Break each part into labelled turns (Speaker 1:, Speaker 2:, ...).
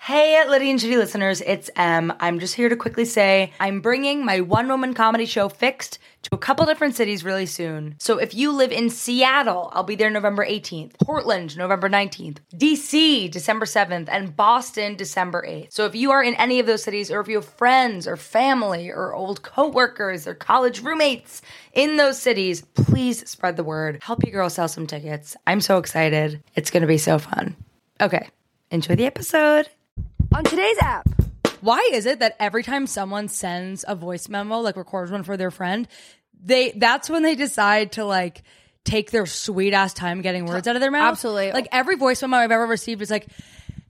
Speaker 1: Hey, Liddy and Shitty listeners, it's Em. I'm just here to quickly say I'm bringing my one woman comedy show Fixed to a couple different cities really soon. So if you live in Seattle, I'll be there November 18th, Portland, November 19th, DC, December 7th, and Boston, December 8th. So if you are in any of those cities, or if you have friends or family or old co workers or college roommates in those cities, please spread the word. Help your girl sell some tickets. I'm so excited. It's going to be so fun. Okay, enjoy the episode.
Speaker 2: On today's app,
Speaker 1: why is it that every time someone sends a voice memo like records one for their friend they that's when they decide to like take their sweet ass time getting words out of their mouth
Speaker 2: Absolutely.
Speaker 1: like every voice memo i've ever received is like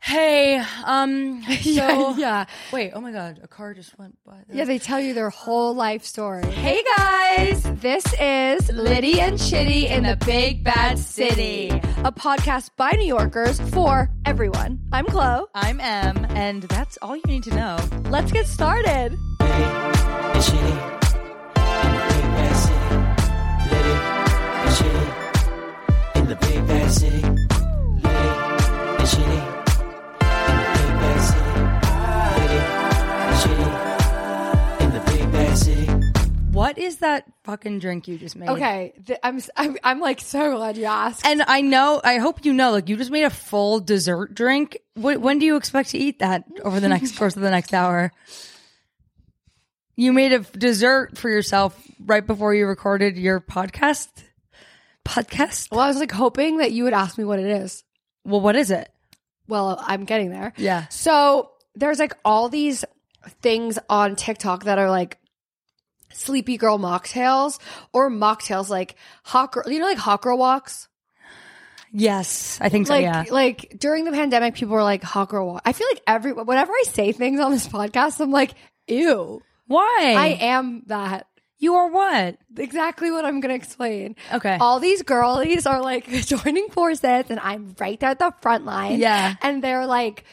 Speaker 1: hey um so,
Speaker 2: Yeah, yeah.
Speaker 1: wait oh my god a car just went by
Speaker 2: yeah, they tell you their whole life story.
Speaker 1: hey guys
Speaker 2: This is Liddy and Shitty in the Big Bad City, a podcast by New Yorkers for everyone. I'm Chloe.
Speaker 1: i'm em and that's all you need to know
Speaker 2: Let's get started.
Speaker 3: and shitty in the big bad city. Litty and shitty in the big bad city. Litty and shitty in the big bad city. Litty and shitty in the big bad city.
Speaker 1: what is that fucking drink you just made
Speaker 2: Okay, th- I'm, s- I'm I'm like so glad you asked.
Speaker 1: and I know, I hope you know, like you just made a full dessert drink. Wh- when do you expect to eat that over the next course of the next hour? You made a f- dessert for yourself right before you recorded your podcast. Podcast?
Speaker 2: well, I was like hoping that you would ask me what it is.
Speaker 1: Well, what is it?
Speaker 2: Well, I'm getting there.
Speaker 1: Yeah.
Speaker 2: So there's like all these things on TikTok that are like sleepy girl mocktails or mocktails like hot girl, you know, like hot girl walks.
Speaker 1: Yes, I think so.
Speaker 2: Like,
Speaker 1: yeah.
Speaker 2: like during the pandemic, people were like hot girl walk. I feel like every whenever I say things on this podcast, I'm like, ew,
Speaker 1: Why?
Speaker 2: I am that.
Speaker 1: you are what?
Speaker 2: Exactly what I'm gonna explain.
Speaker 1: Okay.
Speaker 2: All these girlies are like joining forces, and I'm right there at the front line.
Speaker 1: Yeah.
Speaker 2: and they're like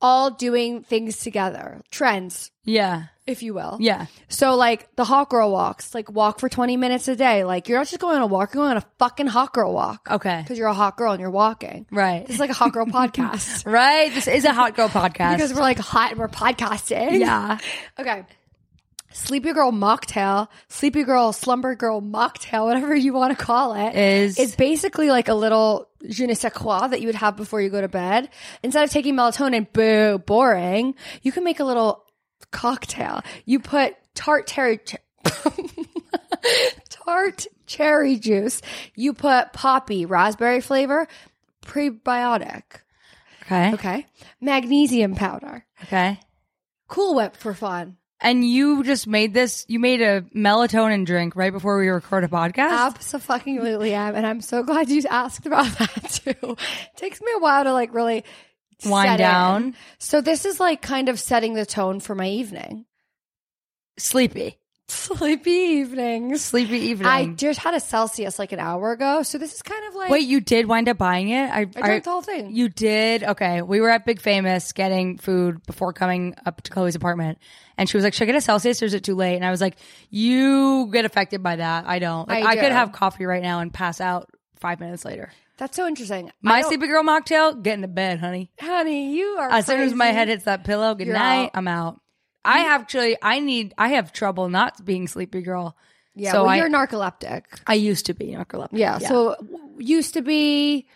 Speaker 2: all doing things together, trends,
Speaker 1: Yeah.
Speaker 2: if you will.
Speaker 1: Yeah.
Speaker 2: So like the hot girl walks, like walk for 20 minutes a day. Like you're not just going on a walk, you're going on a fucking hot girl walk.
Speaker 1: Okay.
Speaker 2: Because you're a hot girl and you're walking.
Speaker 1: Right.
Speaker 2: It's like a hot girl podcast.
Speaker 1: Right. This is a hot girl podcast.
Speaker 2: Because we're like hot and we're podcasting.
Speaker 1: yeah.
Speaker 2: Okay. Sleepy girl mocktail, sleepy girl, slumber girl mocktail, whatever you want to call it,
Speaker 1: Is-
Speaker 2: is basically like a little je ne sais quoi that you would have before you go to bed. Instead of taking melatonin, boo, boring, you can make a little cocktail. You put tart cherry, tart cherry juice. You put poppy, raspberry flavor, prebiotic.
Speaker 1: Okay. Okay.
Speaker 2: Okay. Magnesium powder.
Speaker 1: Okay.
Speaker 2: Cool whip for fun.
Speaker 1: And you just made this, you made a melatonin drink right before we record a podcast?
Speaker 2: Absolutely am, and I'm so glad you asked about that too. It takes me a while to like really
Speaker 1: Wind
Speaker 2: set in.
Speaker 1: down.
Speaker 2: So this is like kind of setting the tone for my evening,
Speaker 1: Sleepy.
Speaker 2: sleepy evenings.
Speaker 1: Sleepy evening.
Speaker 2: I just had a Celsius like an hour ago, so this is kind of like
Speaker 1: Wait, you did wind up buying it? I,
Speaker 2: I drank the whole thing.
Speaker 1: You did? Okay. We were at Big Famous getting food before coming up to Chloe's apartment. And she was like, Should I get a Celsius or is it too late? And I was like, You get affected by that. I don't. Like,
Speaker 2: I
Speaker 1: I, could
Speaker 2: do.
Speaker 1: have coffee right now and pass out five minutes later.
Speaker 2: That's so interesting. I
Speaker 1: My
Speaker 2: don't-
Speaker 1: sleepy girl mocktail, get in the bed, honey.
Speaker 2: honey, you are
Speaker 1: As soon as my
Speaker 2: crazy.
Speaker 1: head hits that pillow, good
Speaker 2: You're
Speaker 1: night,
Speaker 2: out.
Speaker 1: I'm out. I actually, I need, I have trouble not being sleepy girl.
Speaker 2: Yeah,
Speaker 1: so
Speaker 2: well,
Speaker 1: I-
Speaker 2: you're narcoleptic.
Speaker 1: I used to be narcoleptic.
Speaker 2: Yeah, so w- used to be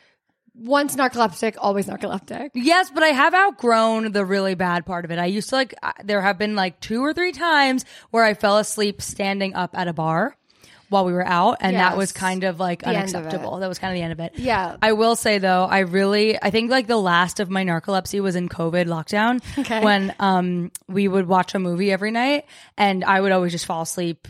Speaker 2: once narcoleptic, always narcoleptic.
Speaker 1: Yes, but I have outgrown the really bad part of it. I used to like, I- there have been like two or three times where I fell asleep standing up at a bar while we were out. And that was
Speaker 2: Yes.
Speaker 1: kind of like
Speaker 2: end of it.
Speaker 1: unacceptable. That was kind of the end of it.
Speaker 2: Yeah.
Speaker 1: I will say though, I really, I think like the last of my narcolepsy was in COVID lockdown
Speaker 2: Okay.
Speaker 1: when, um, we would watch a movie every night and I would always just fall asleep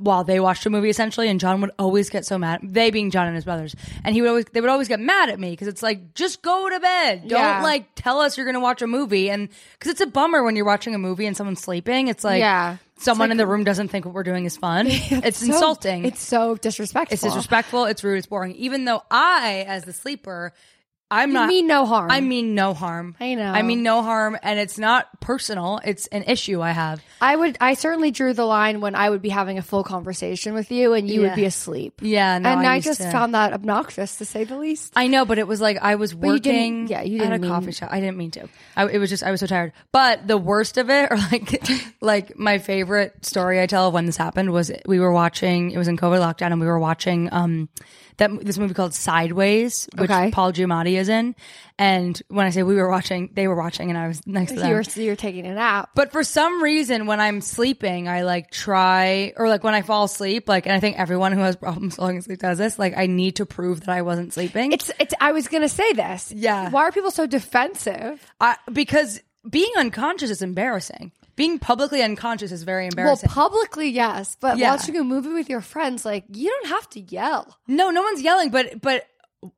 Speaker 1: while they watched a movie essentially and John would always get so mad they being John and his brothers and he would always they would always get mad at me because it's like just go to bed don't
Speaker 2: Yeah.
Speaker 1: like tell us you're gonna watch a movie and because it's a bummer when you're watching a movie and someone's sleeping it's like
Speaker 2: Yeah. It's
Speaker 1: someone
Speaker 2: like-
Speaker 1: in the room doesn't think what we're doing is fun it's
Speaker 2: So-
Speaker 1: insulting
Speaker 2: It's so disrespectful.
Speaker 1: it's disrespectful. It's rude. It's boring. Even though I, as the sleeper, I'm
Speaker 2: You
Speaker 1: not
Speaker 2: mean no harm.
Speaker 1: I mean no harm.
Speaker 2: I know.
Speaker 1: I mean no harm and it's not personal. It's an issue I have.
Speaker 2: I would. I certainly drew the line when I would be having a full conversation with you, and you
Speaker 1: Yeah.
Speaker 2: would be asleep.
Speaker 1: Yeah, no,
Speaker 2: and
Speaker 1: I
Speaker 2: I,
Speaker 1: used
Speaker 2: just
Speaker 1: to-
Speaker 2: found that obnoxious, to say the least.
Speaker 1: I know, but it was like I was
Speaker 2: you didn't-
Speaker 1: working
Speaker 2: yeah, you
Speaker 1: at a
Speaker 2: didn't mean-
Speaker 1: coffee shop. I didn't mean to. I, it was just I was so tired. But the worst of it, or like like my favorite story I tell of when this happened was we were watching. It was in COVID lockdown, and we were watching um that this movie called Sideways, which
Speaker 2: Okay.
Speaker 1: Paul Giamatti is in. And when I say we were watching, they were watching, and I was next to them.
Speaker 2: You were you were taking a nap.
Speaker 1: But for some reason, when I'm sleeping, I like try, or like when I fall asleep, like, and I think everyone who has problems falling asleep does this, like, I need to prove that I wasn't sleeping.
Speaker 2: It's it's. I was gonna say this.
Speaker 1: Yeah.
Speaker 2: Why are people so defensive?
Speaker 1: I, because being unconscious is embarrassing. Being publicly unconscious is very
Speaker 2: Well,
Speaker 1: embarrassing.
Speaker 2: publicly, yes, but
Speaker 1: Yeah.
Speaker 2: watching a movie with your friends, like you don't have to yell.
Speaker 1: no, no one's yelling, but, but,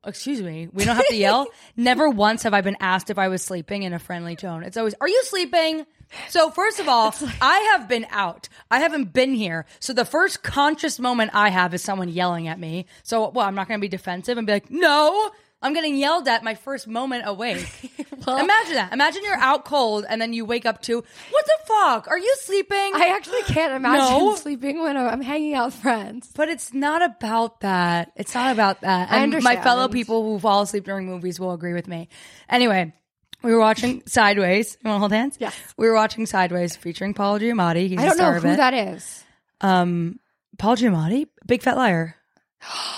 Speaker 1: excuse me, we don't have to yell. Never once have I been asked if I was sleeping in a friendly tone. It's always, are you sleeping? So, first of all, I have been out. I haven't been here. So, the first conscious moment I have is someone yelling at me. So, well, I'm not going to be defensive and be like, no, I'm getting yelled at my first moment awake. Imagine that. Imagine you're out cold and then you wake up to, what the fuck? Are you sleeping?
Speaker 2: I actually can't imagine
Speaker 1: No.
Speaker 2: sleeping when I'm hanging out with friends.
Speaker 1: But it's not about that. It's not about that. And my
Speaker 2: understand.
Speaker 1: fellow people who fall asleep during movies will agree with me. Anyway, we were watching Sideways. You want to hold hands?
Speaker 2: Yes.
Speaker 1: We were watching Sideways featuring Paul Giamatti. He's
Speaker 2: I
Speaker 1: the
Speaker 2: don't
Speaker 1: star
Speaker 2: know
Speaker 1: of
Speaker 2: who
Speaker 1: it.
Speaker 2: that is.
Speaker 1: Paul Giamatti, Big Fat Liar.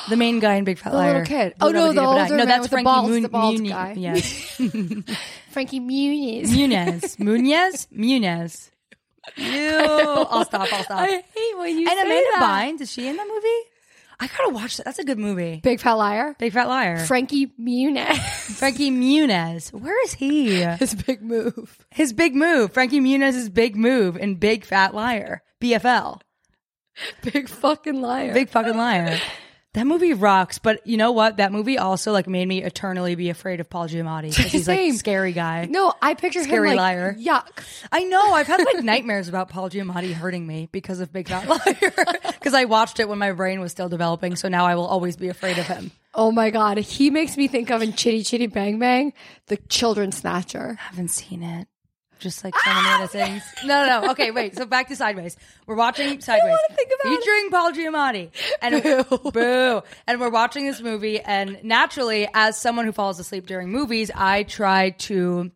Speaker 1: The main guy in Big Fat
Speaker 2: The
Speaker 1: Liar.
Speaker 2: little kid. Oh,
Speaker 1: Who
Speaker 2: no,
Speaker 1: never
Speaker 2: the
Speaker 1: did it, but I-
Speaker 2: older
Speaker 1: No,
Speaker 2: man
Speaker 1: that's
Speaker 2: with the
Speaker 1: Frankie
Speaker 2: balls,
Speaker 1: Moon-
Speaker 2: the bald
Speaker 1: Muniz.
Speaker 2: guy.
Speaker 1: Yes.
Speaker 2: Frankie Muniz.
Speaker 1: Munez. Munez? Munez. Ew. I'll stop. I'll stop.
Speaker 2: I hate when you
Speaker 1: and
Speaker 2: say
Speaker 1: Amanda
Speaker 2: that.
Speaker 1: Bynes, is she in that movie? I gotta watch that. That's a good movie.
Speaker 2: Big fat liar.
Speaker 1: Big Fat Liar.
Speaker 2: Frankie Muniz.
Speaker 1: Frankie Muniz. Where is he?
Speaker 2: His big move.
Speaker 1: His big move. Frankie Muniz's big move in Big Fat Liar. BFL.
Speaker 2: Big fucking liar.
Speaker 1: Big fucking liar. That movie rocks, but you know what? That movie also like made me eternally be afraid of Paul Giamatti because he's like
Speaker 2: Same.
Speaker 1: scary guy.
Speaker 2: no, I picture
Speaker 1: Scary
Speaker 2: him like
Speaker 1: liar.
Speaker 2: yuck.
Speaker 1: I know. I've had like nightmares about Paul Giamatti hurting me because of Big Fat Liar. Because I watched it when my brain was still developing, so now I will always be afraid of him.
Speaker 2: Oh my god, he makes me think of in Chitty Chitty Bang Bang, the children snatcher.
Speaker 1: I haven't seen it. Just
Speaker 2: Ah,
Speaker 1: like so many other things. No, no, no. Okay, wait. So back to Sideways. We're watching Sideways.
Speaker 2: wanna think about it.
Speaker 1: featuring Paul Giamatti. And boo. And we're watching this movie. And naturally, as someone who falls asleep during movies, I try to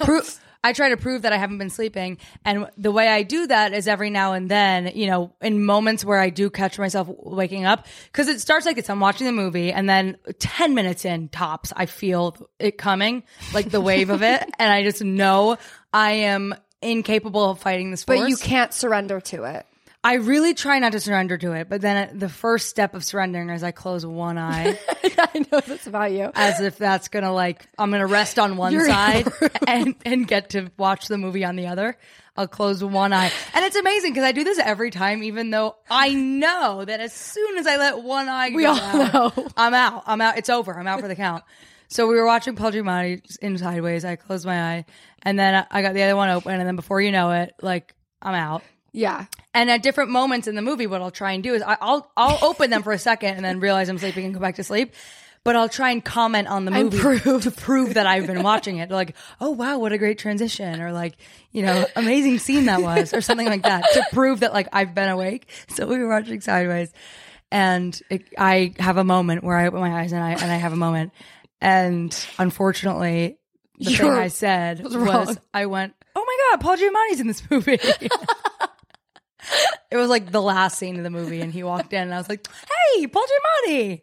Speaker 1: prove. I try to prove that I haven't been sleeping. And the way I do that is every now and then, you know, in moments where I do catch myself waking up, because it starts like this. I'm watching the movie and then 10 minutes in tops, I feel it coming, like the wave of it. And I just know I am incapable of fighting this force.
Speaker 2: But you can't surrender to it.
Speaker 1: I really try not to surrender to it, but then the first step of surrendering is I close one eye
Speaker 2: I know that's about you.
Speaker 1: as if that's gonna like I'm gonna rest on one
Speaker 2: You're-
Speaker 1: side and and get to watch the movie on the other. I'll close one eye, and it's amazing because I do this every time, even though I know that as soon as I let one eye, we go
Speaker 2: all
Speaker 1: out,
Speaker 2: know.
Speaker 1: I'm out. I'm out. It's over. I'm out for the count. So we were watching Paul Giamatti in Sideways. I closed my eye, and then I got the other one open, and then before you know it, like I'm out.
Speaker 2: Yeah.
Speaker 1: And at different moments in the movie, what I'll try and do is I, I'll I'll open them for a second and then realize I'm sleeping and go back to sleep. But I'll try and comment on the movie
Speaker 2: prove.
Speaker 1: to prove that I've been watching it. Like, oh wow, what a great transition, or like, you know, amazing scene that was, or something like that, to prove that like I've been awake. So we were watching Sideways, and it, I have a moment where I open my eyes and I and I have a moment, and unfortunately, the thing
Speaker 2: You're-
Speaker 1: I said was,
Speaker 2: wrong.
Speaker 1: I went, oh my god, Paul Giamatti's in this movie. It was like the last scene of the movie, and he walked in, and I was like, "Hey, Paul Giamatti,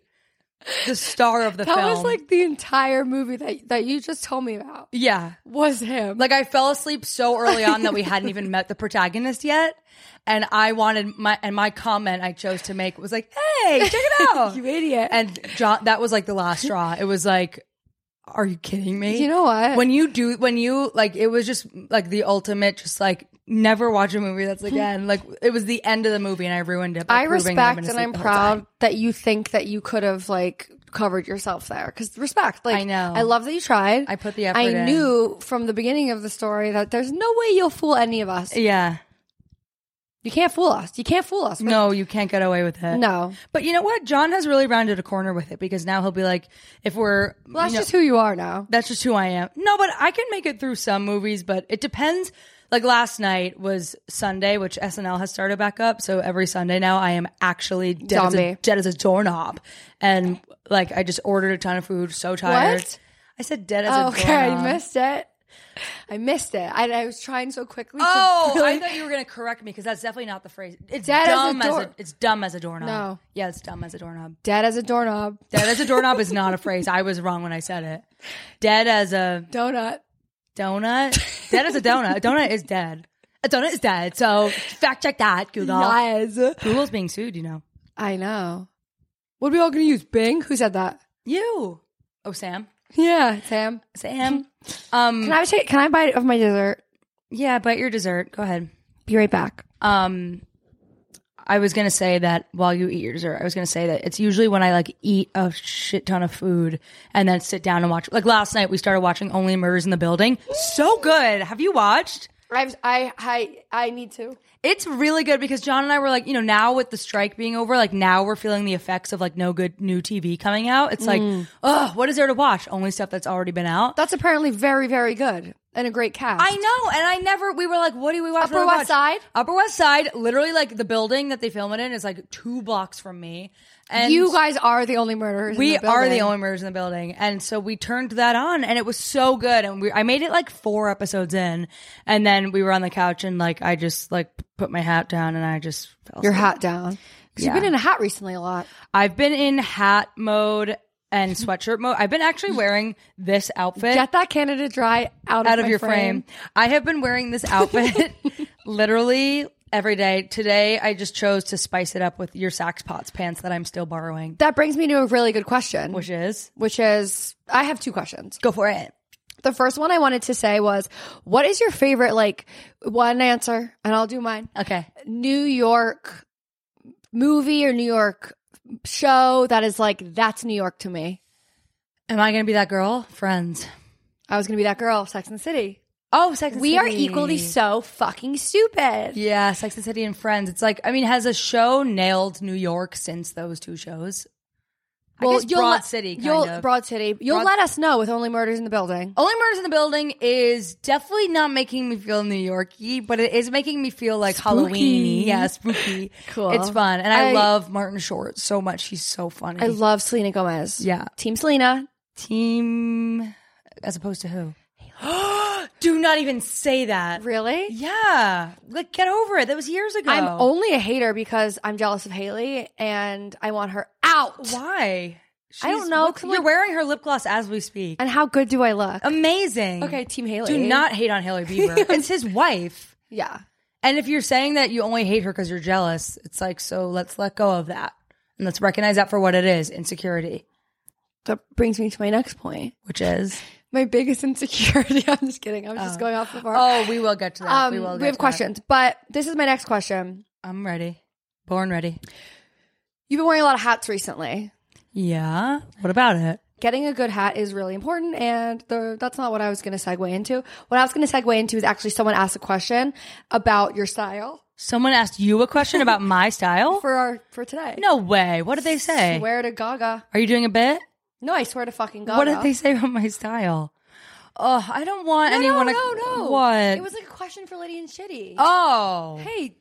Speaker 1: the star of the
Speaker 2: That
Speaker 1: film."
Speaker 2: was like the entire movie that that you just told me about
Speaker 1: yeah,
Speaker 2: was him.
Speaker 1: like I fell asleep so early on that we hadn't even met the protagonist yet, and I wanted my and my comment I chose to make was like, "Hey, check it out,
Speaker 2: You idiot.
Speaker 1: And John, that was like the last straw. It was like. Are you kidding me?
Speaker 2: You know what?
Speaker 1: When you do, when you like, it was just like the ultimate, just like never watch a movie that's again. Like it was the end of the movie, and I ruined it. by
Speaker 2: I
Speaker 1: proving that I've been
Speaker 2: respect and
Speaker 1: asleep
Speaker 2: I'm
Speaker 1: the whole time.
Speaker 2: proud that you think that you could have like covered yourself there because respect. Like
Speaker 1: I know.
Speaker 2: I love that you tried.
Speaker 1: I put the effort
Speaker 2: I
Speaker 1: in.
Speaker 2: knew from the beginning of the story that there's no way you'll fool any of us.
Speaker 1: Yeah.
Speaker 2: You can't fool us. You can't fool us.
Speaker 1: No, you can't get away with it.
Speaker 2: No.
Speaker 1: But you know what? John has really rounded a corner with it because now he'll be like, if we're
Speaker 2: Well, that's
Speaker 1: you know-
Speaker 2: just who you are now.
Speaker 1: That's just who I am. No, but I can make it through some movies, but it depends. Like last night was Sunday, which SNL has started back up. So every Sunday now I am actually dead, as a,
Speaker 2: Zombie.
Speaker 1: dead as a doorknob. And like I just ordered a ton of food, so tired.
Speaker 2: What? Oh,
Speaker 1: I said dead as a
Speaker 2: Okay, I
Speaker 1: doorknob.
Speaker 2: missed it. I missed it. I, I was trying so quickly. to
Speaker 1: Oh, I
Speaker 2: really-
Speaker 1: thought you were going to correct me because that's definitely not the phrase. It's
Speaker 2: Dead as a
Speaker 1: dumb as a,
Speaker 2: door-
Speaker 1: it's dumb as a doorknob.
Speaker 2: No.
Speaker 1: Yeah, it's dumb as a doorknob.
Speaker 2: dead as a doorknob.
Speaker 1: Dead as a doorknob is not a phrase. I was wrong when I said it. Dead as a
Speaker 2: Donut.
Speaker 1: donut. Dead as a donut. A donut is dead. A donut is dead. So fact check that, Google.
Speaker 2: Lies.
Speaker 1: Google's being sued, you know.
Speaker 2: I know. What are we all going to use? Bing? Who said that?
Speaker 1: You. Oh, Sam.
Speaker 2: Yeah, Sam.
Speaker 1: Sam. Um.
Speaker 2: Can I take? Can I bite of my dessert?
Speaker 1: yeah, bite your dessert. Go ahead.
Speaker 2: Be right back.
Speaker 1: Um. I was gonna say that while you eat your dessert, I was gonna say that it's usually when I like eat a shit ton of food and then sit down and watch. Like last night, we started watching Only Murders in the Building. So good. Have you watched?
Speaker 2: I I I I need to.
Speaker 1: It's really good because John and I were like, you know, now with the strike being over, like now we're feeling the effects of like no good new TV coming out. It's
Speaker 2: Mm.
Speaker 1: like, oh, what is there to watch? Only stuff that's already been out.
Speaker 2: That's apparently very very good and a great cast.
Speaker 1: I know, and I never. We were like, what do we watch? What do
Speaker 2: Upper
Speaker 1: we
Speaker 2: West
Speaker 1: watch?
Speaker 2: Side?
Speaker 1: Upper West Side. Literally, like the building that they film it in is like two blocks from me. And
Speaker 2: You guys are the only murderers.
Speaker 1: we
Speaker 2: in the
Speaker 1: are the
Speaker 2: building.
Speaker 1: only murders in the building, and so we turned that on, and it was so good. And we, I made it like four episodes in, and then we were on the couch, and like I just like put my hat down, and I just fell
Speaker 2: Your
Speaker 1: asleep.
Speaker 2: hat down. 'Cause You've
Speaker 1: Yeah.
Speaker 2: been in a hat recently a lot.
Speaker 1: I've been in hat mode and sweatshirt mode. I've been actually wearing this outfit
Speaker 2: Get that Canada dry out,
Speaker 1: out of
Speaker 2: my
Speaker 1: your frame. I have been wearing this outfit literally every day. Today, I just chose to spice it up with your Sax Pots pants that I'm still borrowing,
Speaker 2: That brings me to a really good question,
Speaker 1: which is
Speaker 2: which is I have two questions.
Speaker 1: go for it.
Speaker 2: The first one I wanted to say was, what is your favorite like one answer, and I'll do mine.
Speaker 1: Okay.
Speaker 2: New York movie or New York show that is like that's New York to me.
Speaker 1: Am I going to be that girl? Friends.
Speaker 2: I was gonna be that girl, Sex and the City.
Speaker 1: Oh, Sex and
Speaker 2: We
Speaker 1: City.
Speaker 2: are equally so fucking stupid.
Speaker 1: Yeah, Sex and the City and Friends. It's like, I mean, has a show nailed New York since those two shows? I guess Broad
Speaker 2: let-
Speaker 1: City, kind
Speaker 2: you'll,
Speaker 1: of.
Speaker 2: Broad City. You'll
Speaker 1: Broad- Oh,
Speaker 2: let us know with Only Murders in the Building.
Speaker 1: Only Murders in the Building is definitely not making me feel New Yorky, but it is making me feel like Halloween.
Speaker 2: Spooky.
Speaker 1: Yeah, spooky.
Speaker 2: Cool.
Speaker 1: It's fun. And I,
Speaker 2: I-
Speaker 1: love Martin Short so much. He's so funny.
Speaker 2: I love Selena Gomez.
Speaker 1: Yeah.
Speaker 2: Team Selena.
Speaker 1: Team as opposed to who? Do not even say that.
Speaker 2: Really?
Speaker 1: Yeah. Like get over it. That was years ago.
Speaker 2: I'm only a hater because I'm jealous of Haley and I want her out.
Speaker 1: Why?
Speaker 2: I don't
Speaker 1: She's-
Speaker 2: know,
Speaker 1: look,
Speaker 2: 'cause,
Speaker 1: you're
Speaker 2: like-
Speaker 1: wearing her lip gloss as we speak.
Speaker 2: And how good do I look?
Speaker 1: Amazing.
Speaker 2: okay, Team Haley.
Speaker 1: Do not hate on Haley Bieber. it's his wife.
Speaker 2: Yeah.
Speaker 1: And if you're saying that you only hate her because you're jealous, it's like, so let's let go of that. And let's recognize that for what it is insecurity,
Speaker 2: That brings me to my next point.
Speaker 1: which is.
Speaker 2: My biggest insecurity. I'm just kidding. I was just going off the bar.
Speaker 1: Oh, we will get to that.
Speaker 2: um,
Speaker 1: we
Speaker 2: we,
Speaker 1: will get
Speaker 2: have
Speaker 1: to that.
Speaker 2: questions, but this is my next question.
Speaker 1: I'm ready. Born ready.
Speaker 2: You've been wearing a lot of hats recently.
Speaker 1: Yeah. What about it?
Speaker 2: Getting a good hat is really important, and the, that's not what I was going to segue into. What I was going to segue into is actually someone asked a question about your style
Speaker 1: Someone asked you a question about my style?
Speaker 2: for our for today.
Speaker 1: no way. What did they say?
Speaker 2: swear Oh, to Gaga.
Speaker 1: Are you doing a bit?
Speaker 2: No, I swear to fucking Gaga.
Speaker 1: What did they say about my style? Oh, I don't want
Speaker 2: No,
Speaker 1: anyone
Speaker 2: no,
Speaker 1: to.
Speaker 2: no, no.
Speaker 1: What?
Speaker 2: It was like a question for Lady and Shitty.
Speaker 1: oh.
Speaker 2: hey,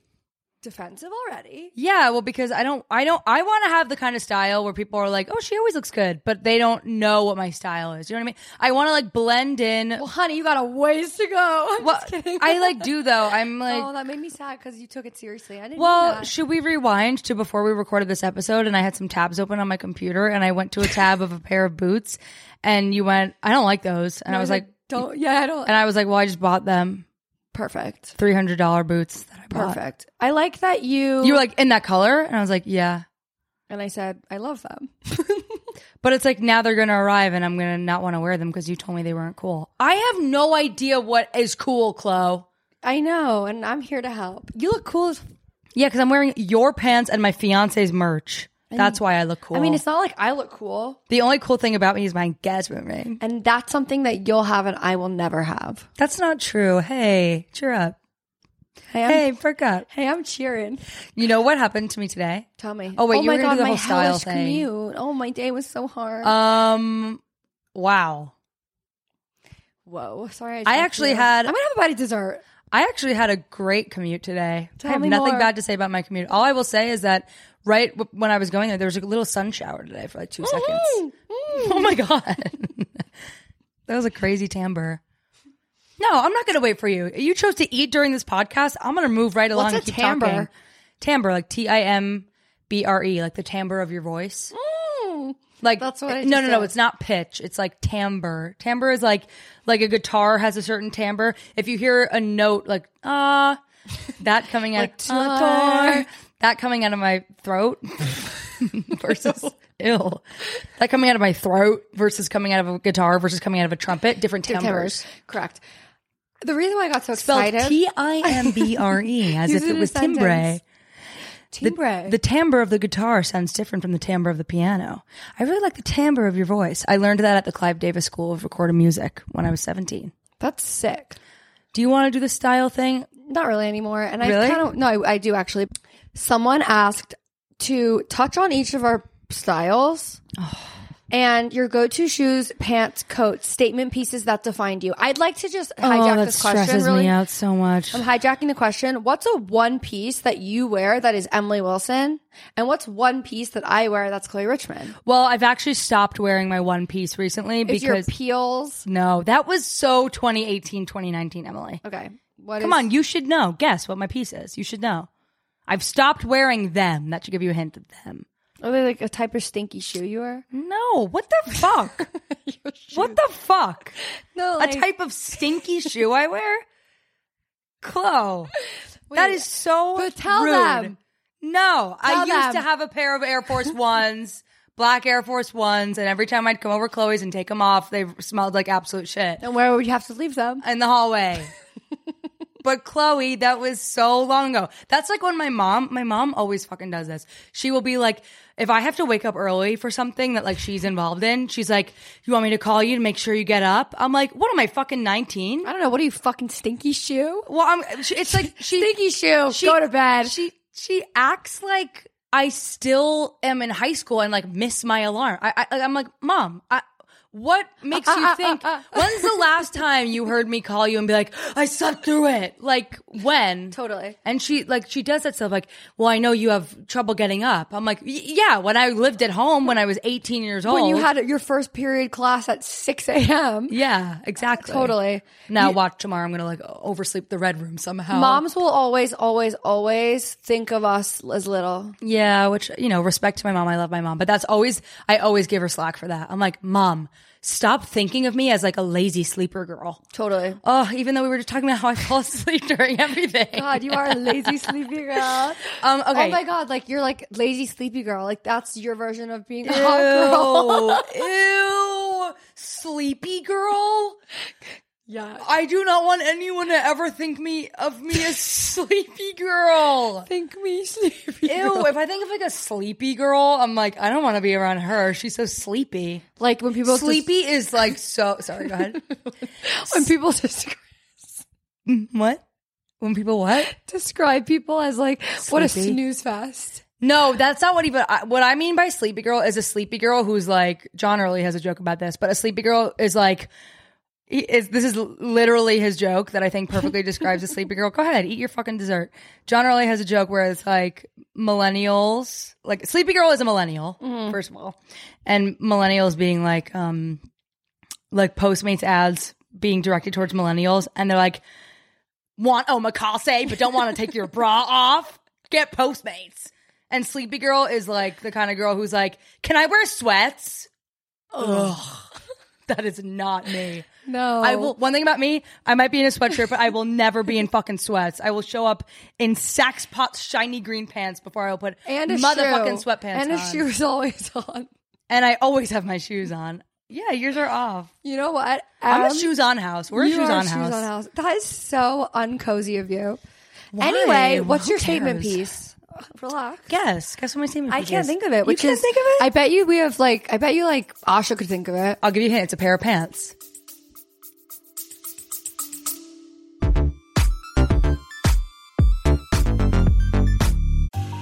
Speaker 2: defensive already.
Speaker 1: Yeah, well, because I don't, I don't, I want to have the kind of style where people are like, "Oh, she always looks good," but they don't know what my style is. You know what I mean? I want to like blend in.
Speaker 2: Well, honey, you got a ways to go. I'm
Speaker 1: what
Speaker 2: just kidding.
Speaker 1: I like do though. I'm like,
Speaker 2: oh, that made me sad because you took it seriously. I didn't. mean
Speaker 1: well,
Speaker 2: that.
Speaker 1: should we rewind to before we recorded this episode? And I had some tabs open on my computer, and I went to a tab of a pair of boots, and you went, "I don't like those," and I was like,
Speaker 2: don't. Yeah, I don't.
Speaker 1: and I was like, "Well, I just bought them
Speaker 2: perfect.
Speaker 1: three hundred dollar boots that I bought."
Speaker 2: Perfect. I like that you.
Speaker 1: You were like in that color, and I was like, "Yeah."
Speaker 2: and I said I love them.
Speaker 1: But it's like now they're gonna arrive and I'm gonna not want to wear them because you told me they weren't cool. I have no idea what is cool, Chloe.
Speaker 2: I know, and I'm here to help.
Speaker 1: You look cool. As- yeah, because I'm wearing your pants and my fiance's merch. That's why I look cool.
Speaker 2: I mean, it's not like I look cool,
Speaker 1: the only cool thing about me is my engagement ring.
Speaker 2: and that's something that you'll have and I will never have.
Speaker 1: That's not true. Hey, cheer up.
Speaker 2: Hey, I'm,
Speaker 1: Hey, forgot.
Speaker 2: hey, I'm cheering.
Speaker 1: You know what happened to me today?
Speaker 2: Tell me.
Speaker 1: Oh, wait, you
Speaker 2: my
Speaker 1: were gonna
Speaker 2: God,
Speaker 1: do the
Speaker 2: my
Speaker 1: whole style
Speaker 2: hellish
Speaker 1: thing.
Speaker 2: Commute. Oh, my day was so hard.
Speaker 1: Um, wow.
Speaker 2: Whoa, sorry.
Speaker 1: I
Speaker 2: jumped
Speaker 1: actually
Speaker 2: you.
Speaker 1: had-
Speaker 2: I'm gonna have a body dessert.
Speaker 1: I actually had a great commute today.
Speaker 2: Tell
Speaker 1: I have
Speaker 2: me
Speaker 1: nothing
Speaker 2: more.
Speaker 1: bad to say about my commute. All I will say is that right w- when I was going there, there was a little sun shower today for like 2
Speaker 2: Mm-hmm.
Speaker 1: seconds. Oh my god, that was a crazy timbre. No, I'm not going to wait for you. You chose to eat during this podcast. I'm going to move right along
Speaker 2: What's
Speaker 1: and
Speaker 2: a
Speaker 1: keep
Speaker 2: timbre?
Speaker 1: talking. Timbre, like T I M B R E, like the timbre of your voice.
Speaker 2: Mm.
Speaker 1: Like
Speaker 2: That's what I
Speaker 1: no,
Speaker 2: just
Speaker 1: no, no.
Speaker 2: said.
Speaker 1: It's not pitch. It's like timbre. Timbre is like like a guitar has a certain timbre. If you hear a note like ah, that coming out
Speaker 2: guitar.
Speaker 1: "Ah," that coming out of my throat versus ill, that coming out of my throat versus coming out of a guitar versus coming out of a trumpet, different timbres.
Speaker 2: Timbers. Correct. The reason why I got so
Speaker 1: Spelled
Speaker 2: excited.
Speaker 1: T I M B R E as if
Speaker 2: Use it
Speaker 1: it
Speaker 2: in
Speaker 1: was
Speaker 2: a sentence.
Speaker 1: timbre.
Speaker 2: timbre.
Speaker 1: The timbre of the guitar sounds different from the timbre of the piano. I really like the timbre of your voice. I learned that at the Clive Davis School of Recorded Music when I was 17.
Speaker 2: That's sick.
Speaker 1: Do you want to do the style thing?
Speaker 2: Not really anymore. And
Speaker 1: Really?
Speaker 2: I kind of no, I, I do actually. Someone asked to touch on each of our styles. And your go-to shoes, pants, coats, statement pieces that defined you. I'd like to
Speaker 1: Oh,
Speaker 2: just hijack this question really. Oh.
Speaker 1: out so much.
Speaker 2: I'm hijacking the question. What's a one piece that you wear that is Emily Wilson? And what's one piece that I wear that's Chloe Richmond?
Speaker 1: Well, I've actually stopped wearing my one piece recently
Speaker 2: Is your
Speaker 1: because
Speaker 2: peels.
Speaker 1: no, that was so 2018, 2019, Emily.
Speaker 2: Okay. What
Speaker 1: Come
Speaker 2: is-
Speaker 1: on, you should know. Guess what my piece is. You should know. I've stopped wearing them. That should give you a hint of them.
Speaker 2: Are they like a type of stinky shoe you wear?
Speaker 1: No, what the fuck? what the fuck?
Speaker 2: No,
Speaker 1: a type of stinky shoe I wear? Chloe, that
Speaker 2: Wait,
Speaker 1: is so
Speaker 2: but tell
Speaker 1: rude.
Speaker 2: them.
Speaker 1: No, I
Speaker 2: Tell
Speaker 1: used to
Speaker 2: them.
Speaker 1: have a pair of Air Force Ones, black Air Force Ones, and every time I'd come over Chloe's and take them off, they smelled like absolute shit
Speaker 2: And where would you have to leave them?
Speaker 1: in the hallway. but Chloe, that was so long ago. That's like when my mom, my mom always fucking does this. She will be like, if I have to wake up early for something that like she's involved in, she's like, you want me to call you to make sure you get up? I'm like, what am I fucking 19?
Speaker 2: I don't know. What are you fucking stinky shoe?
Speaker 1: Well, I'm, she- it's like she,
Speaker 2: Stinky shoe.
Speaker 1: she-
Speaker 2: Go to bed.
Speaker 1: She, she acts like I still am in high school and like miss my alarm. I, I I'm like, mom, I, what makes you think? When's the last time you heard me call you and be like, I slept through it? Like when?
Speaker 2: Totally.
Speaker 1: And she like she does that stuff like, well, I know you have trouble getting up. I'm like, "Y- yeah, when I lived at home when I was 18 years old.
Speaker 2: when you had your first period class at 6 a.m.
Speaker 1: yeah, exactly,
Speaker 2: Totally.
Speaker 1: Now watch tomorrow. I'm gonna like oversleep the red room somehow.
Speaker 2: Moms will always, always, always think of us as little.
Speaker 1: Yeah, which you know, respect to my mom. I love my mom, but that's always I always give her slack for that. I'm like, mom, stop thinking of me as like a lazy sleeper girl.
Speaker 2: Totally.
Speaker 1: Oh, even though we were just talking about how I fall asleep during everything.
Speaker 2: God, you are a lazy sleepy girl.
Speaker 1: Um, okay.
Speaker 2: Oh my god, like you're like lazy sleepy girl. Like that's your version of being a hot girl.
Speaker 1: Ew, ew, sleepy girl.
Speaker 2: Yeah.
Speaker 1: I do not want anyone to ever think me of me as sleepy girl.
Speaker 2: Think me sleepy.
Speaker 1: Ew, if I think of like a sleepy girl, I'm like, I don't want to be around her. She's so sleepy.
Speaker 2: Like when people
Speaker 1: Sleepy is like so. Sorry, go ahead.
Speaker 2: dis- when people describe
Speaker 1: What? When people what?
Speaker 2: describe people as like what a
Speaker 1: Sleepy.
Speaker 2: snooze fest.
Speaker 1: No, that's not what even. I- What I mean by sleepy girl is a sleepy girl who's like John Early has a joke about this, but a sleepy girl is like he is. This is literally his joke that I think perfectly describes a sleepy girl. Go ahead, eat your fucking dessert. John Early has a joke where it's like millennials, like sleepy girl is a millennial first of all, and millennials being like um like Postmates ads being directed towards millennials, and they're like want omakase but don't want to take your bra off. Get Postmates. And Sleepy Girl is like the kind of girl who's like, "Can I wear sweats?" Ugh, that is not me.
Speaker 2: No.
Speaker 1: I will. One thing about me, I might be in a sweatshirt, but I will never be in fucking sweats. I will show up in Saks pot shiny green pants before I'll put
Speaker 2: and a
Speaker 1: motherfucking
Speaker 2: shoe.
Speaker 1: sweatpants
Speaker 2: And a
Speaker 1: on.
Speaker 2: shoe is always on.
Speaker 1: And I always have my shoes on. Yeah, yours are off.
Speaker 2: You know what?
Speaker 1: I'm a
Speaker 2: Um,
Speaker 1: shoes on house. We're a
Speaker 2: you
Speaker 1: shoes
Speaker 2: are
Speaker 1: on
Speaker 2: shoes
Speaker 1: house.
Speaker 2: on house. That is so uncozy of you.
Speaker 1: Why?
Speaker 2: Anyway,
Speaker 1: Well,
Speaker 2: what's
Speaker 1: who
Speaker 2: your statement
Speaker 1: cares?
Speaker 2: piece? Relax.
Speaker 1: Guess. Guess what my statement
Speaker 2: I
Speaker 1: piece
Speaker 2: can't
Speaker 1: is.
Speaker 2: think of it. Which
Speaker 1: you can't
Speaker 2: is,
Speaker 1: think of it.
Speaker 2: I bet you we have like. I bet you like Asha could think of it.
Speaker 1: I'll give you a hint. It's a pair of pants.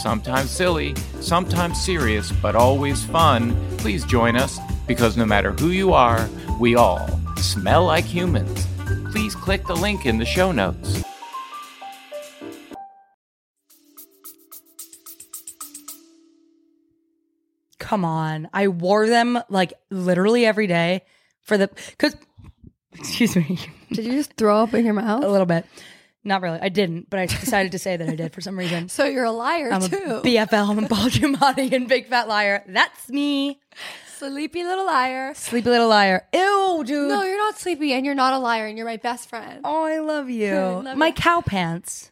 Speaker 4: Sometimes silly, sometimes serious, but always fun. Please join us because no matter who you are, we all smell like humans. Please click the link in the show notes.
Speaker 1: Come on. I wore them like literally every day for the cuz excuse me
Speaker 2: Did you just throw up in your
Speaker 1: a
Speaker 2: mouth?
Speaker 1: little bit. Not really. I didn't, but I decided to say that I did for some reason.
Speaker 2: So you're a liar
Speaker 1: I'm a
Speaker 2: too.
Speaker 1: BFL, I'm a Paul Giamatti and Big Fat Liar. That's me.
Speaker 2: Sleepy little liar.
Speaker 1: Sleepy Little Liar. Ew, dude.
Speaker 2: No, you're not sleepy and you're not a liar and you're my best friend.
Speaker 1: Oh, I love you.
Speaker 2: Love
Speaker 1: My
Speaker 2: it.
Speaker 1: cow pants.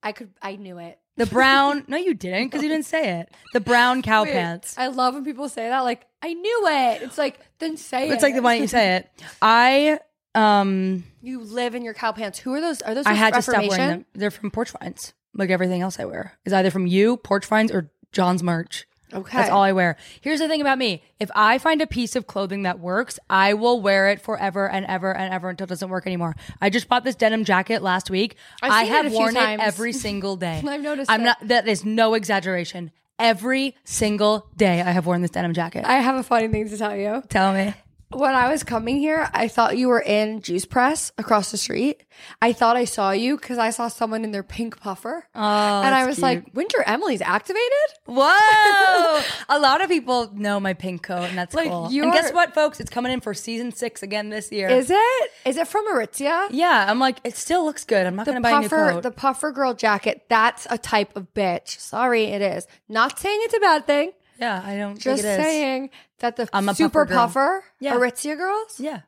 Speaker 2: I could I knew it.
Speaker 1: The brown. no, you didn't because you didn't say it. The brown cow
Speaker 2: Wait,
Speaker 1: pants.
Speaker 2: I love when people say that. Like, I knew it. It's like, then say it.
Speaker 1: it's like the one you say it. I um
Speaker 2: You live in your cow pants. Who are those? Are those?
Speaker 1: I had to stop
Speaker 2: Reformation?
Speaker 1: wearing them. They're from porch vines. Like everything else I wear is either from you, porch vines, or John's merch.
Speaker 2: Okay.
Speaker 1: That's all I wear. Here's the thing about me. If I find a piece of clothing that works, I will wear it forever and ever and ever until it doesn't work anymore. I just bought this denim jacket last week.
Speaker 2: I've
Speaker 1: I
Speaker 2: seen it
Speaker 1: have
Speaker 2: a few
Speaker 1: worn
Speaker 2: times.
Speaker 1: it every single day.
Speaker 2: I've noticed
Speaker 1: I'm
Speaker 2: it.
Speaker 1: not that is no exaggeration. Every single day I have worn this denim jacket.
Speaker 2: I have a funny thing to tell you.
Speaker 1: Tell me.
Speaker 2: When I was coming here, I thought you were in Juice Press across the street. I thought I saw you because I saw someone in their pink puffer, oh, and I was like, "Winter Emily's activated."
Speaker 1: Whoa! a lot of people know my pink coat, and that's
Speaker 2: Like,
Speaker 1: cool.
Speaker 2: you
Speaker 1: And guess
Speaker 2: are-
Speaker 1: what, folks? It's coming in for season six again this year.
Speaker 2: Is it? Is it from Aritzia?
Speaker 1: yeah, I'm like, it still looks good. I'm not
Speaker 2: The
Speaker 1: going to buy a new
Speaker 2: puffer,
Speaker 1: coat.
Speaker 2: the puffer girl jacket. That's a type of bitch. Sorry, it is. Not saying it's a bad thing.
Speaker 1: yeah, I don't
Speaker 2: Just
Speaker 1: think it is.
Speaker 2: saying that the
Speaker 1: I'm a puffer
Speaker 2: super
Speaker 1: girl.
Speaker 2: puffer,
Speaker 1: Yeah.
Speaker 2: Aritzia girls,
Speaker 1: Yeah,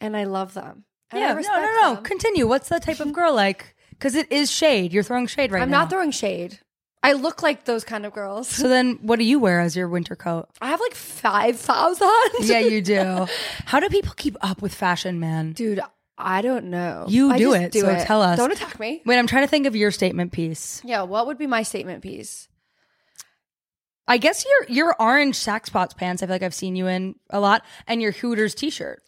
Speaker 2: and I love them. And I
Speaker 1: yeah. No,
Speaker 2: respect
Speaker 1: no, no.
Speaker 2: them.
Speaker 1: Continue. What's that type of girl like? Because it is shade. You're throwing shade right
Speaker 2: I'm
Speaker 1: now.
Speaker 2: not throwing shade. I look like those kind of girls.
Speaker 1: so then, what do you wear as your winter coat?
Speaker 2: I have like five thousand.
Speaker 1: yeah, you do. How do people keep up with fashion, man?
Speaker 2: dude. I don't know.
Speaker 1: You
Speaker 2: I
Speaker 1: do
Speaker 2: just
Speaker 1: it, so tell us.
Speaker 2: Don't attack me.
Speaker 1: Wait, I'm trying to think of your statement piece.
Speaker 2: Yeah. What would be my statement piece?
Speaker 1: I guess your your orange Saxpots pants. I feel like I've seen you in a lot, and your Hooters T-shirt.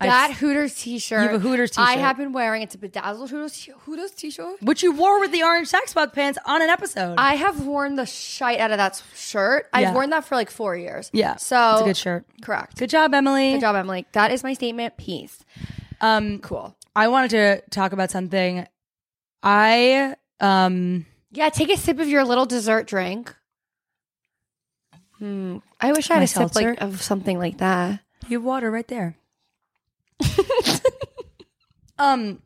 Speaker 2: That
Speaker 1: I've-
Speaker 2: Hooters t-shirt.
Speaker 1: You have a Hooters
Speaker 2: I
Speaker 1: t-shirt.
Speaker 2: have been wearing. It's a bedazzled Hooters Hooters t-shirt.
Speaker 1: which you wore with the orange Saxpot pants on an episode.
Speaker 2: I have worn the shite out of that s- shirt. I've
Speaker 1: Yeah.
Speaker 2: worn that for like four years.
Speaker 1: yeah,
Speaker 2: So
Speaker 1: it's a good shirt.
Speaker 2: Correct.
Speaker 1: Good job, Emily.
Speaker 2: Good job, Emily. That is my statement piece.
Speaker 1: Um,
Speaker 2: Cool.
Speaker 1: I wanted to talk about something. I um,
Speaker 2: Yeah, take a sip of your little dessert drink. Hmm. I wish I had
Speaker 1: My
Speaker 2: a sip
Speaker 1: seltzer?
Speaker 2: like of something like that.
Speaker 1: you have water right there. um,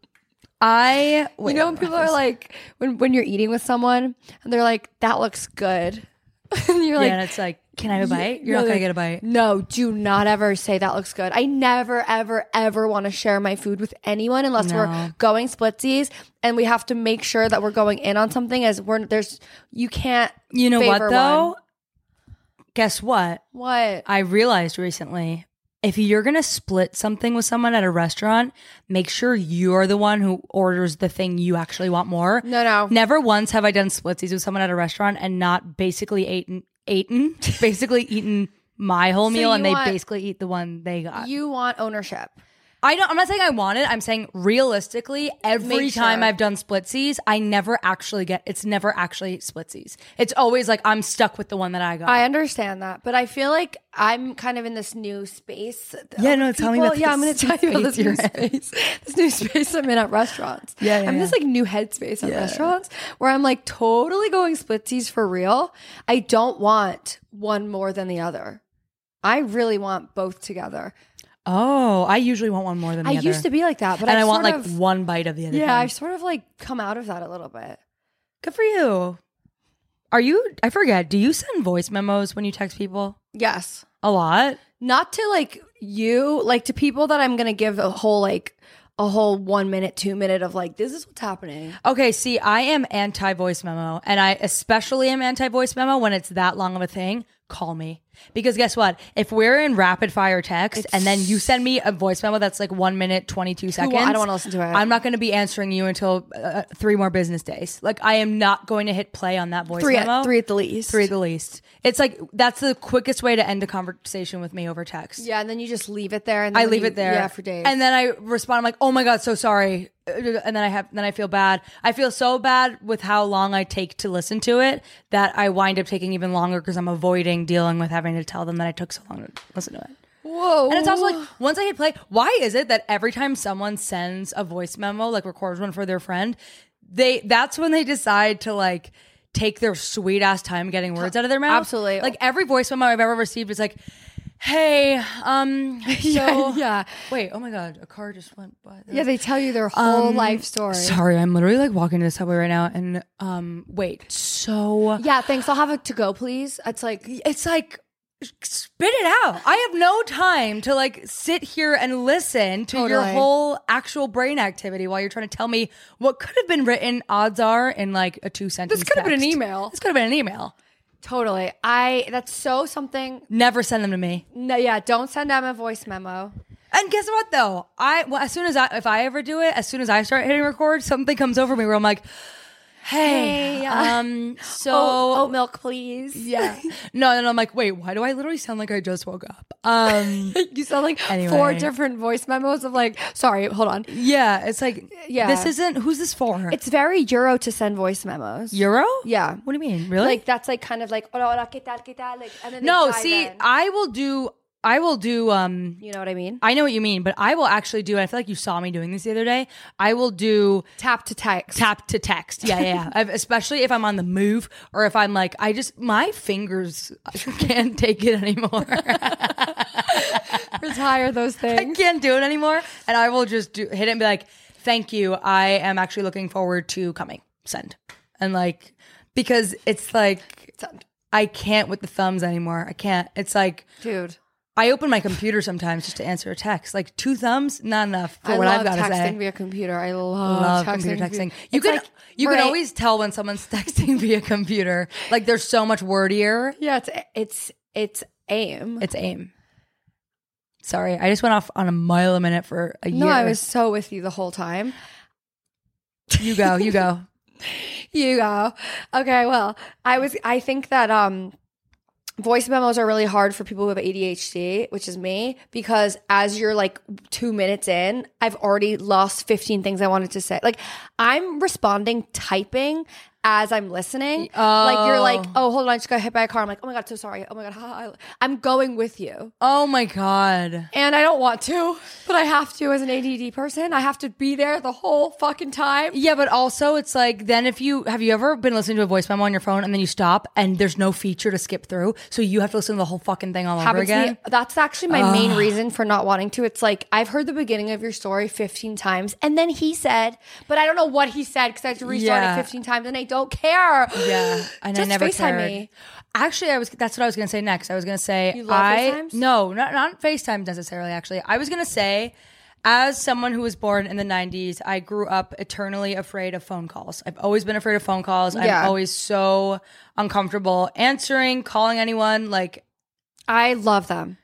Speaker 1: I wait,
Speaker 2: you know when people are like when when you're eating with someone and they're like, that looks good. and you're
Speaker 1: yeah,
Speaker 2: like
Speaker 1: and it's like, can I have a bite?
Speaker 2: no,
Speaker 1: You're not gonna
Speaker 2: like,
Speaker 1: get a bite.
Speaker 2: No, do not ever say that looks good. I never, ever, ever want to share my food with anyone unless
Speaker 1: No.
Speaker 2: we're going splitsies and we have to make sure that we're going in on something. As we're there's, you can't.
Speaker 1: You know what
Speaker 2: favor
Speaker 1: though?
Speaker 2: one.
Speaker 1: Guess what?
Speaker 2: What?
Speaker 1: I realized recently if you're going to split something with someone at a restaurant, make sure you're the one who orders the thing you actually want more.
Speaker 2: No, no.
Speaker 1: Never once have I done splitsies with someone at a restaurant and not basically eaten, eaten basically eaten my whole meal
Speaker 2: you
Speaker 1: and they
Speaker 2: want-
Speaker 1: basically eat the one they got.
Speaker 2: You want ownership.
Speaker 1: I don't I'm not saying I want it. I'm saying realistically every
Speaker 2: Make sure.
Speaker 1: time I've done splitsies, I never actually get it's never actually splitsies. It's always like I'm stuck with the one that I got.
Speaker 2: I understand that, but I feel like I'm kind of in this new space.
Speaker 1: Yeah,
Speaker 2: of
Speaker 1: no, tell me about
Speaker 2: Yeah, I'm going
Speaker 1: this
Speaker 2: to tell you about
Speaker 1: space
Speaker 2: this new
Speaker 1: you're
Speaker 2: space. This new space I'm in at restaurants.
Speaker 1: Yeah, yeah,
Speaker 2: I'm this
Speaker 1: yeah.
Speaker 2: like new headspace at restaurants where I'm like totally going splitsies for real. I don't want one more than the other. I really want both together.
Speaker 1: oh, I usually want one more than the
Speaker 2: I
Speaker 1: other.
Speaker 2: used to be like that, but
Speaker 1: and
Speaker 2: I've
Speaker 1: I want
Speaker 2: sort
Speaker 1: like
Speaker 2: of-
Speaker 1: one bite of the other.
Speaker 2: yeah,
Speaker 1: thing.
Speaker 2: I've sort of like come out of that a little bit.
Speaker 1: good for you. Are you? I forget. Do you send voice memos when you text people?
Speaker 2: Yes.
Speaker 1: A lot.
Speaker 2: not to like you like to people that i'm gonna give a whole like a whole one minute two minute of like this is what's happening
Speaker 1: Okay. See, I am anti voice memo, and I especially am anti voice memo when it's that long of a thing. call me. Because guess what? If we're in rapid fire text and then you send me a voice memo that's like one minute, 22 seconds,
Speaker 2: I don't wanna listen to it.
Speaker 1: I'm not going to be answering you until uh, three more business days. Like, I am not going to hit play on that voice
Speaker 2: Three
Speaker 1: memo.
Speaker 2: at, three at the least.
Speaker 1: Three at the least. It's like, that's the quickest way to end a conversation with me over text.
Speaker 2: Yeah, and then you just leave it there. And
Speaker 1: I
Speaker 2: then
Speaker 1: leave
Speaker 2: you-
Speaker 1: it there.
Speaker 2: Yeah, for days.
Speaker 1: And then I respond, I'm like, oh my God, so sorry. And then I have, then I feel bad. I feel so bad with how long I take to listen to it that I wind up taking even longer because I'm avoiding dealing with having to tell them that I took so long to listen to it.
Speaker 2: whoa,
Speaker 1: And it's also
Speaker 2: Oh.
Speaker 1: like, once I hit play, why is it that every time someone sends a voice memo, like records one for their friend, they, that's when they decide to like, Take their sweet ass time getting words out of their mouth.
Speaker 2: Absolutely.
Speaker 1: Like every voice memo I've ever received is like, "Hey, um, so
Speaker 2: yeah, yeah,
Speaker 1: Wait, oh my god, a car just went by. there.
Speaker 2: yeah. They tell you their whole life story.
Speaker 1: Um, Sorry, I'm literally like walking to the subway right now and um wait. So
Speaker 2: yeah, thanks. I'll have a to go, please. It's like
Speaker 1: it's like spit it out. I have no time to like sit here and listen to your
Speaker 2: Totally.
Speaker 1: whole actual brain activity while you're trying to tell me what could have been written odds are in like a two sentence.
Speaker 2: could have been an email.
Speaker 1: This could have been an email.
Speaker 2: totally. I that's so something.
Speaker 1: Never send them to me.
Speaker 2: No, yeah, don't send them a voice memo.
Speaker 1: And guess what though? I well, as soon as I if I ever do it, as soon as I start hitting record, something comes over me where I'm like, hey,
Speaker 2: Hey, uh,
Speaker 1: um, so
Speaker 2: Oh, oat milk, please.
Speaker 1: yeah, no, and I'm like, wait, why do I literally sound like I just woke up? Um,
Speaker 2: You sound like four
Speaker 1: Anyway.
Speaker 2: different voice memos of like, sorry, hold on.
Speaker 1: yeah, it's like,
Speaker 2: Yeah.
Speaker 1: this isn't who's this for?
Speaker 2: It's very Euro to send voice memos.
Speaker 1: Euro.
Speaker 2: Yeah.
Speaker 1: What do you mean? Really?
Speaker 2: Like that's like kind of like hola, hola, ¿qué tal, qué tal? Like, and then they
Speaker 1: no,
Speaker 2: dive
Speaker 1: see,
Speaker 2: in.
Speaker 1: I will do. I will do. Um,
Speaker 2: you know what I mean?
Speaker 1: I know what you mean, but I will actually do. I feel like you saw me doing this the other day. I will do
Speaker 2: Tap to text.
Speaker 1: tap to text. Yeah, yeah. yeah. I've, especially if I'm on the move or if I'm like, I just my fingers can't take it anymore.
Speaker 2: Retire those
Speaker 1: I
Speaker 2: things.
Speaker 1: can't do it anymore, and I will just do, hit it and be like, "Thank you. I am actually looking forward to coming." Send and like because it's like
Speaker 2: Send.
Speaker 1: I can't with the thumbs anymore. I can't. It's like
Speaker 2: Dude.
Speaker 1: I open my computer sometimes just to answer a text. Like two thumbs, not enough for
Speaker 2: I
Speaker 1: what
Speaker 2: love
Speaker 1: I've got to
Speaker 2: texting
Speaker 1: say.
Speaker 2: via computer. I love,
Speaker 1: love
Speaker 2: texting
Speaker 1: computer
Speaker 2: via-
Speaker 1: texting. You
Speaker 2: It's
Speaker 1: can
Speaker 2: like-
Speaker 1: you
Speaker 2: right.
Speaker 1: can always tell when someone's texting via computer. Like there's so much wordier.
Speaker 2: yeah. It's it's it's aim.
Speaker 1: It's aim. Sorry, I just went off on a mile a minute for a
Speaker 2: no,
Speaker 1: year.
Speaker 2: I was so with you the whole time.
Speaker 1: you go, you go.
Speaker 2: You go. Okay. Well, I was. I think that um, voice memos are really hard for people who have ADHD, which is me, because as you're like two minutes in, I've already lost fifteen things I wanted to say. Like I'm responding typing. As I'm listening, like you're like, oh, hold on, I just got hit by a car. I'm like, oh my god, so sorry. Oh my god, ha, ha. I'm going with you.
Speaker 1: Oh my god.
Speaker 2: and I don't want to, but I have to as an ADD person. I have to be there the whole fucking time.
Speaker 1: Yeah, but also it's like then if you have you ever been listening to a voice memo on your phone and then you stop and there's no feature to skip through, so you have to listen to the whole fucking thing all over
Speaker 2: Happens to me-
Speaker 1: again.
Speaker 2: That's actually my main reason for not wanting to. It's like I've heard the beginning of your story 15 times, and then he said, but I don't know what he said because I had to restart
Speaker 1: Yeah.
Speaker 2: it 15 times, and I don't care.
Speaker 1: Yeah, and I
Speaker 2: Just
Speaker 1: never
Speaker 2: FaceTime
Speaker 1: cared.
Speaker 2: me.
Speaker 1: Actually, I was that's what I was gonna say next. I was gonna say
Speaker 2: You love
Speaker 1: I
Speaker 2: FaceTimes?
Speaker 1: no, not not FaceTime necessarily. Actually, I was gonna say. As someone who was born in the 90s, I grew up eternally afraid of phone calls. I've always been afraid of phone calls.
Speaker 2: Yeah.
Speaker 1: I'm always so uncomfortable answering, calling anyone. Like,
Speaker 2: I love them.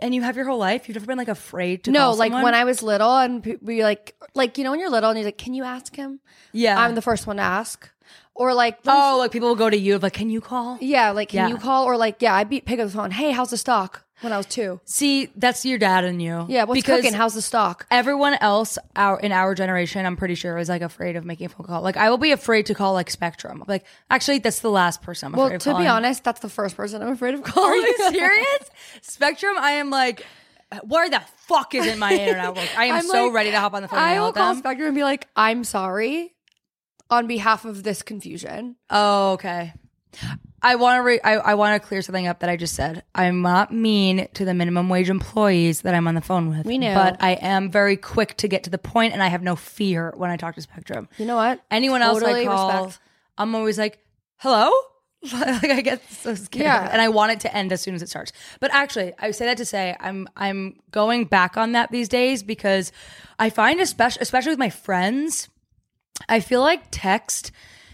Speaker 1: and you have your whole life, you've never been like afraid to
Speaker 2: No,
Speaker 1: call
Speaker 2: like
Speaker 1: someone?
Speaker 2: when I was little, and pe- we like, like you know, when you're little, and you're like, can you ask him?
Speaker 1: yeah,
Speaker 2: I'm the first one to ask, or like,
Speaker 1: Oh, like people will go to you like, can you call?
Speaker 2: yeah, like can
Speaker 1: Yeah.
Speaker 2: you call? Or like, yeah, I would pick up the phone. Hey, how's the stock? When I was two.
Speaker 1: See, that's your dad and you.
Speaker 2: Yeah, what's
Speaker 1: because
Speaker 2: cooking? How's the stock?
Speaker 1: everyone else our, in our generation, I'm pretty sure, is like afraid of making a phone call. Like I will be afraid to call like Spectrum. Like actually, that's the last person. I'm
Speaker 2: Well,
Speaker 1: afraid of
Speaker 2: to be
Speaker 1: calling.
Speaker 2: honest, that's the first person I'm afraid of
Speaker 1: are
Speaker 2: calling.
Speaker 1: you serious? Spectrum, I am like, where the fuck isn't my internet work? I am
Speaker 2: I'm
Speaker 1: so
Speaker 2: like,
Speaker 1: ready to hop on the phone. and
Speaker 2: I
Speaker 1: yell
Speaker 2: will
Speaker 1: at
Speaker 2: call
Speaker 1: them.
Speaker 2: Spectrum and be like, "I'm sorry," on behalf of this confusion.
Speaker 1: Oh, okay. I want to re- I, I want to clear something up that I just said. I'm not mean to the minimum wage employees that I'm on the phone with.
Speaker 2: We know.
Speaker 1: but I am very quick to get to the point, and I have no fear when I talk to Spectrum.
Speaker 2: You know what?
Speaker 1: Anyone
Speaker 2: Totally
Speaker 1: else I call,
Speaker 2: respect.
Speaker 1: I'm always like, "Hello." like I get so scared,
Speaker 2: Yeah.
Speaker 1: and I want it to end as soon as it starts. But actually, I say that to say I'm I'm going back on that these days because I find especially especially with my friends, I feel like text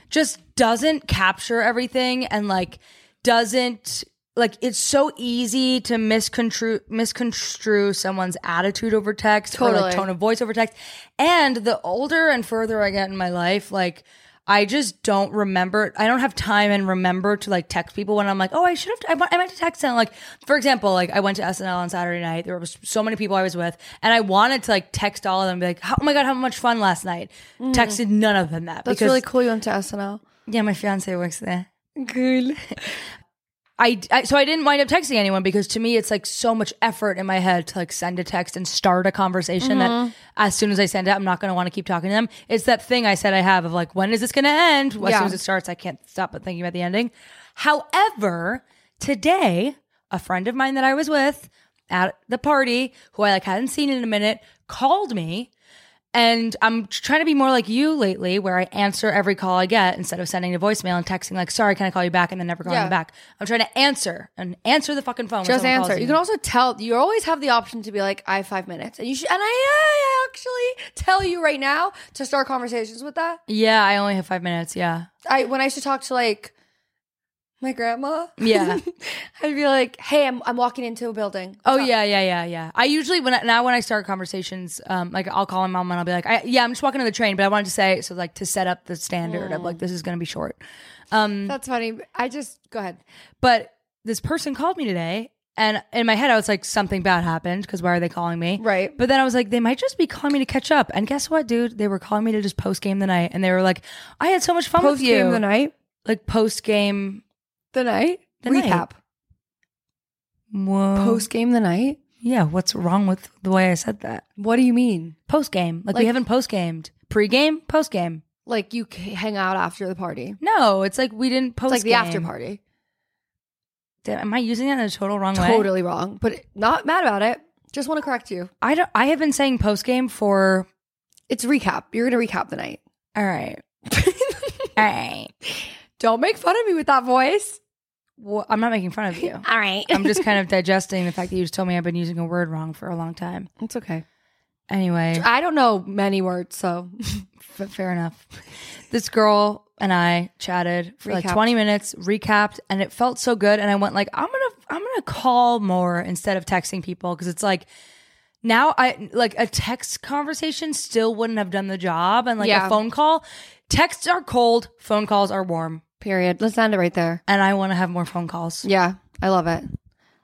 Speaker 1: just doesn't capture everything and like doesn't like it's so easy to misconstrue misconstrue someone's attitude over text or
Speaker 2: Totally.
Speaker 1: like tone of voice over text. And the older and further I get in my life, like I just don't remember. I don't have time and remember to like text people when I'm like, oh, I should have. I, want, I meant to text them. Like, for example, like I went to SNL on Saturday night. There was so many people I was with, and I wanted to like text all of them, and be like, oh my god, how much fun last night. Texted none of them that.
Speaker 2: Mm. That's
Speaker 1: because
Speaker 2: really cool. You went to SNL.
Speaker 1: yeah, my fiance works there. Cool. I, I- so I didn't wind up texting anyone because to me it's like so much effort in my head to like send a text and start a conversation that as soon as I send it I'm not going to want to keep talking to them. It's that thing I said I have of like when is this going to end? As
Speaker 2: Yeah.
Speaker 1: soon as it starts I can't stop but thinking about the ending. However, today a friend of mine that I was with at the party who I like hadn't seen in a minute called me and I'm trying to be more like you lately, where I answer every call I get instead of sending a voicemail and texting like, "Sorry, can I call you back?" and then never calling
Speaker 2: Yeah.
Speaker 1: them back. I'm trying to answer and answer the fucking phone. when
Speaker 2: Just
Speaker 1: someone
Speaker 2: answer.
Speaker 1: calls
Speaker 2: You can also tell. You always have the option to be like, I have five minutes, and you should. And I, I actually tell you right now to start conversations with that.
Speaker 1: yeah, I only have five minutes. Yeah,
Speaker 2: I when I used to talk to like my grandma,
Speaker 1: yeah.
Speaker 2: I'd be like, Hey, I'm I'm walking into a building.
Speaker 1: oh yeah, yeah, yeah, yeah. I usually when I, now when I start conversations, um, like I'll call my mom and I'll be like, I, "Yeah, I'm just walking to the train," but I wanted to say so like to set up the standard. I'm like,
Speaker 2: Mm.
Speaker 1: this is gonna be short.
Speaker 2: That's funny. I just go ahead.
Speaker 1: But this person called me today. And in my head, I was like, something bad happened because why are they calling me?
Speaker 2: Right.
Speaker 1: But then I was like, they might just be calling me to catch up. And guess what, dude? They were calling me to just post game the night. And they were like, I had so much fun with you.
Speaker 2: the night.
Speaker 1: Like post game.
Speaker 2: The night.
Speaker 1: The
Speaker 2: Recap.
Speaker 1: night. Oh. Post.
Speaker 2: Post game the night.
Speaker 1: Yeah. What's wrong with the way I said that?
Speaker 2: What do you mean?
Speaker 1: Post game. Like, we
Speaker 2: Like-
Speaker 1: haven't post gamed. Pre game, post game.
Speaker 2: Like you c- hang out after the party.
Speaker 1: No, it's like we didn't
Speaker 2: It's
Speaker 1: post
Speaker 2: like the after party.
Speaker 1: Am I using that in a total wrong way?
Speaker 2: Totally wrong, but not mad about it. Just want to correct you.
Speaker 1: I don't. I have been saying post game for.
Speaker 2: It's recap. You're gonna recap the night.
Speaker 1: All right. All right.
Speaker 2: Don't make fun of me with that voice.
Speaker 1: Well, I'm not making fun of you.
Speaker 2: All right.
Speaker 1: I'm just kind of digesting the fact that you just told me I've been using a word wrong for a long time.
Speaker 2: It's okay.
Speaker 1: Anyway,
Speaker 2: I don't know many words, so
Speaker 1: f- fair enough. This girl and I chatted for like
Speaker 2: Recapped.
Speaker 1: 20 minutes, recapped, and it felt so good. And I went like, I'm gonna, I'm gonna call more instead of texting people because it's like now I like a text conversation still wouldn't have done the job, and like
Speaker 2: Yeah.
Speaker 1: a phone call. Texts are cold, phone calls are warm,
Speaker 2: period. Let's end it right there.
Speaker 1: and I want to have more phone calls.
Speaker 2: Yeah, I love it.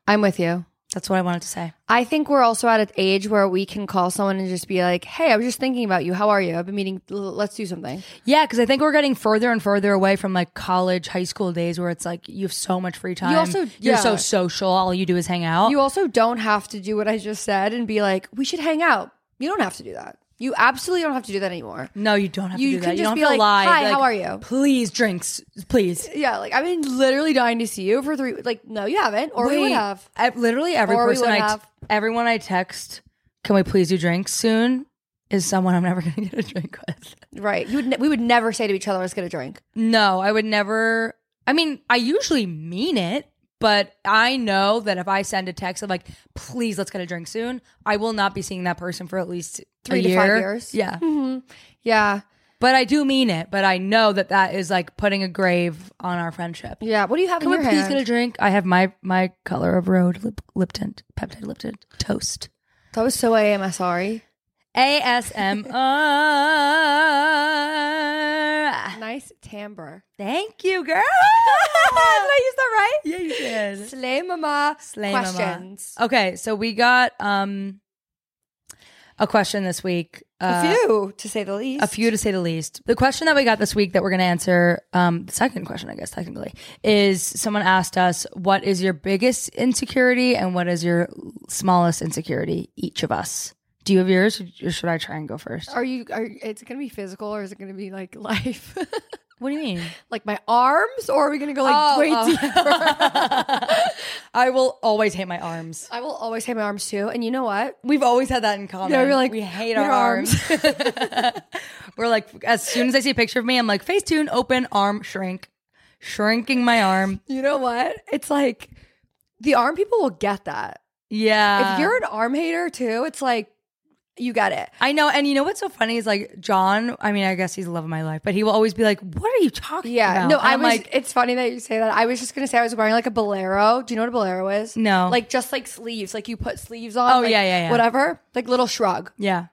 Speaker 2: I'm with you.
Speaker 1: That's what I wanted to say.
Speaker 2: I think we're also at an age where we can call someone and just be like, "Hey, I was just thinking about you. How are you? I've been meeting. l- Let's do something."
Speaker 1: Yeah, because I think we're getting further and further away from like college, high school days where it's like you have so much free time.
Speaker 2: also-
Speaker 1: you're
Speaker 2: yeah.
Speaker 1: so social. All you do is hang out.
Speaker 2: You also don't have to do what I just said and be like, "We should hang out." You don't have to do that. You absolutely don't have to do that anymore.
Speaker 1: no, you don't have
Speaker 2: You
Speaker 1: to do
Speaker 2: can
Speaker 1: that. you
Speaker 2: just
Speaker 1: don't
Speaker 2: be
Speaker 1: have to
Speaker 2: like,
Speaker 1: lie.
Speaker 2: "Hi,
Speaker 1: Be like,
Speaker 2: how are you?"
Speaker 1: Please, drinks, please.
Speaker 2: Yeah, like I've been literally dying to see you for three. Like, no, you haven't, or we would
Speaker 1: Wait,
Speaker 2: have.
Speaker 1: I- literally every
Speaker 2: Or we
Speaker 1: person
Speaker 2: would
Speaker 1: I
Speaker 2: have.
Speaker 1: everyone I text, can we please do drinks soon? Is someone I'm never going to get a drink with.
Speaker 2: Right? You would. Ne- we would never say to each other, "Let's get a drink."
Speaker 1: No, I would never. I mean, I usually mean it, but I know that if I send a text of like, please let's get a drink soon, I will not be seeing that person for at least
Speaker 2: Three
Speaker 1: a
Speaker 2: to five
Speaker 1: year.
Speaker 2: years. Mm-hmm.
Speaker 1: Yeah.
Speaker 2: Yeah,
Speaker 1: but I do mean it, but I know that that is like putting a grave on our friendship.
Speaker 2: yeah. What do you have
Speaker 1: Can
Speaker 2: in
Speaker 1: we
Speaker 2: your
Speaker 1: please
Speaker 2: hand?
Speaker 1: get a drink? I have my my color of road lip, lip tint, peptide lip tint, toast.
Speaker 2: that was so I am. I sorry.
Speaker 1: ASMR.
Speaker 2: Nice timbre.
Speaker 1: Thank you, girl. did I use that right? Yeah, you did.
Speaker 2: Slay mama.
Speaker 1: Slay mama.
Speaker 2: questions.
Speaker 1: Okay, so we got um a question this week.
Speaker 2: A
Speaker 1: Uh,
Speaker 2: few, to say the least.
Speaker 1: a few to say the least. The question that we got this week that we're going to answer, um, the second question, I guess, technically, is someone asked us, What is your biggest insecurity and what is your smallest insecurity, each of us? Do you have yours or should I try and go first?
Speaker 2: Are you? Are it's gonna be physical or is it gonna be like life?
Speaker 1: What do you mean?
Speaker 2: like my arms, or are we gonna go like way deeper?
Speaker 1: I will always hate my arms.
Speaker 2: I will always hate my arms too, and you know what?
Speaker 1: We've always had that in common.
Speaker 2: Yeah, we're like,
Speaker 1: we hate
Speaker 2: "Your
Speaker 1: our arms. we're like, as soon as I see a picture of me, I'm like, face tune, open, arm shrink, shrinking my arm.
Speaker 2: You know what? It's like the arm people will get that.
Speaker 1: Yeah.
Speaker 2: if you're an arm hater too, it's like you get it.
Speaker 1: I know, and you know what's so funny is like John. I mean, I guess he's the love of my life, but he will always be like, "What are you talking
Speaker 2: Yeah.
Speaker 1: about?"
Speaker 2: No,
Speaker 1: And
Speaker 2: I
Speaker 1: I'm
Speaker 2: was
Speaker 1: like,
Speaker 2: it's funny that you say that. I was just gonna say I was wearing like a bolero. Do you know what a bolero is?
Speaker 1: No.
Speaker 2: Like just like sleeves. Like you put sleeves on.
Speaker 1: Oh,
Speaker 2: like,
Speaker 1: yeah, yeah, yeah.
Speaker 2: Whatever. Like little shrug.
Speaker 1: "Yeah,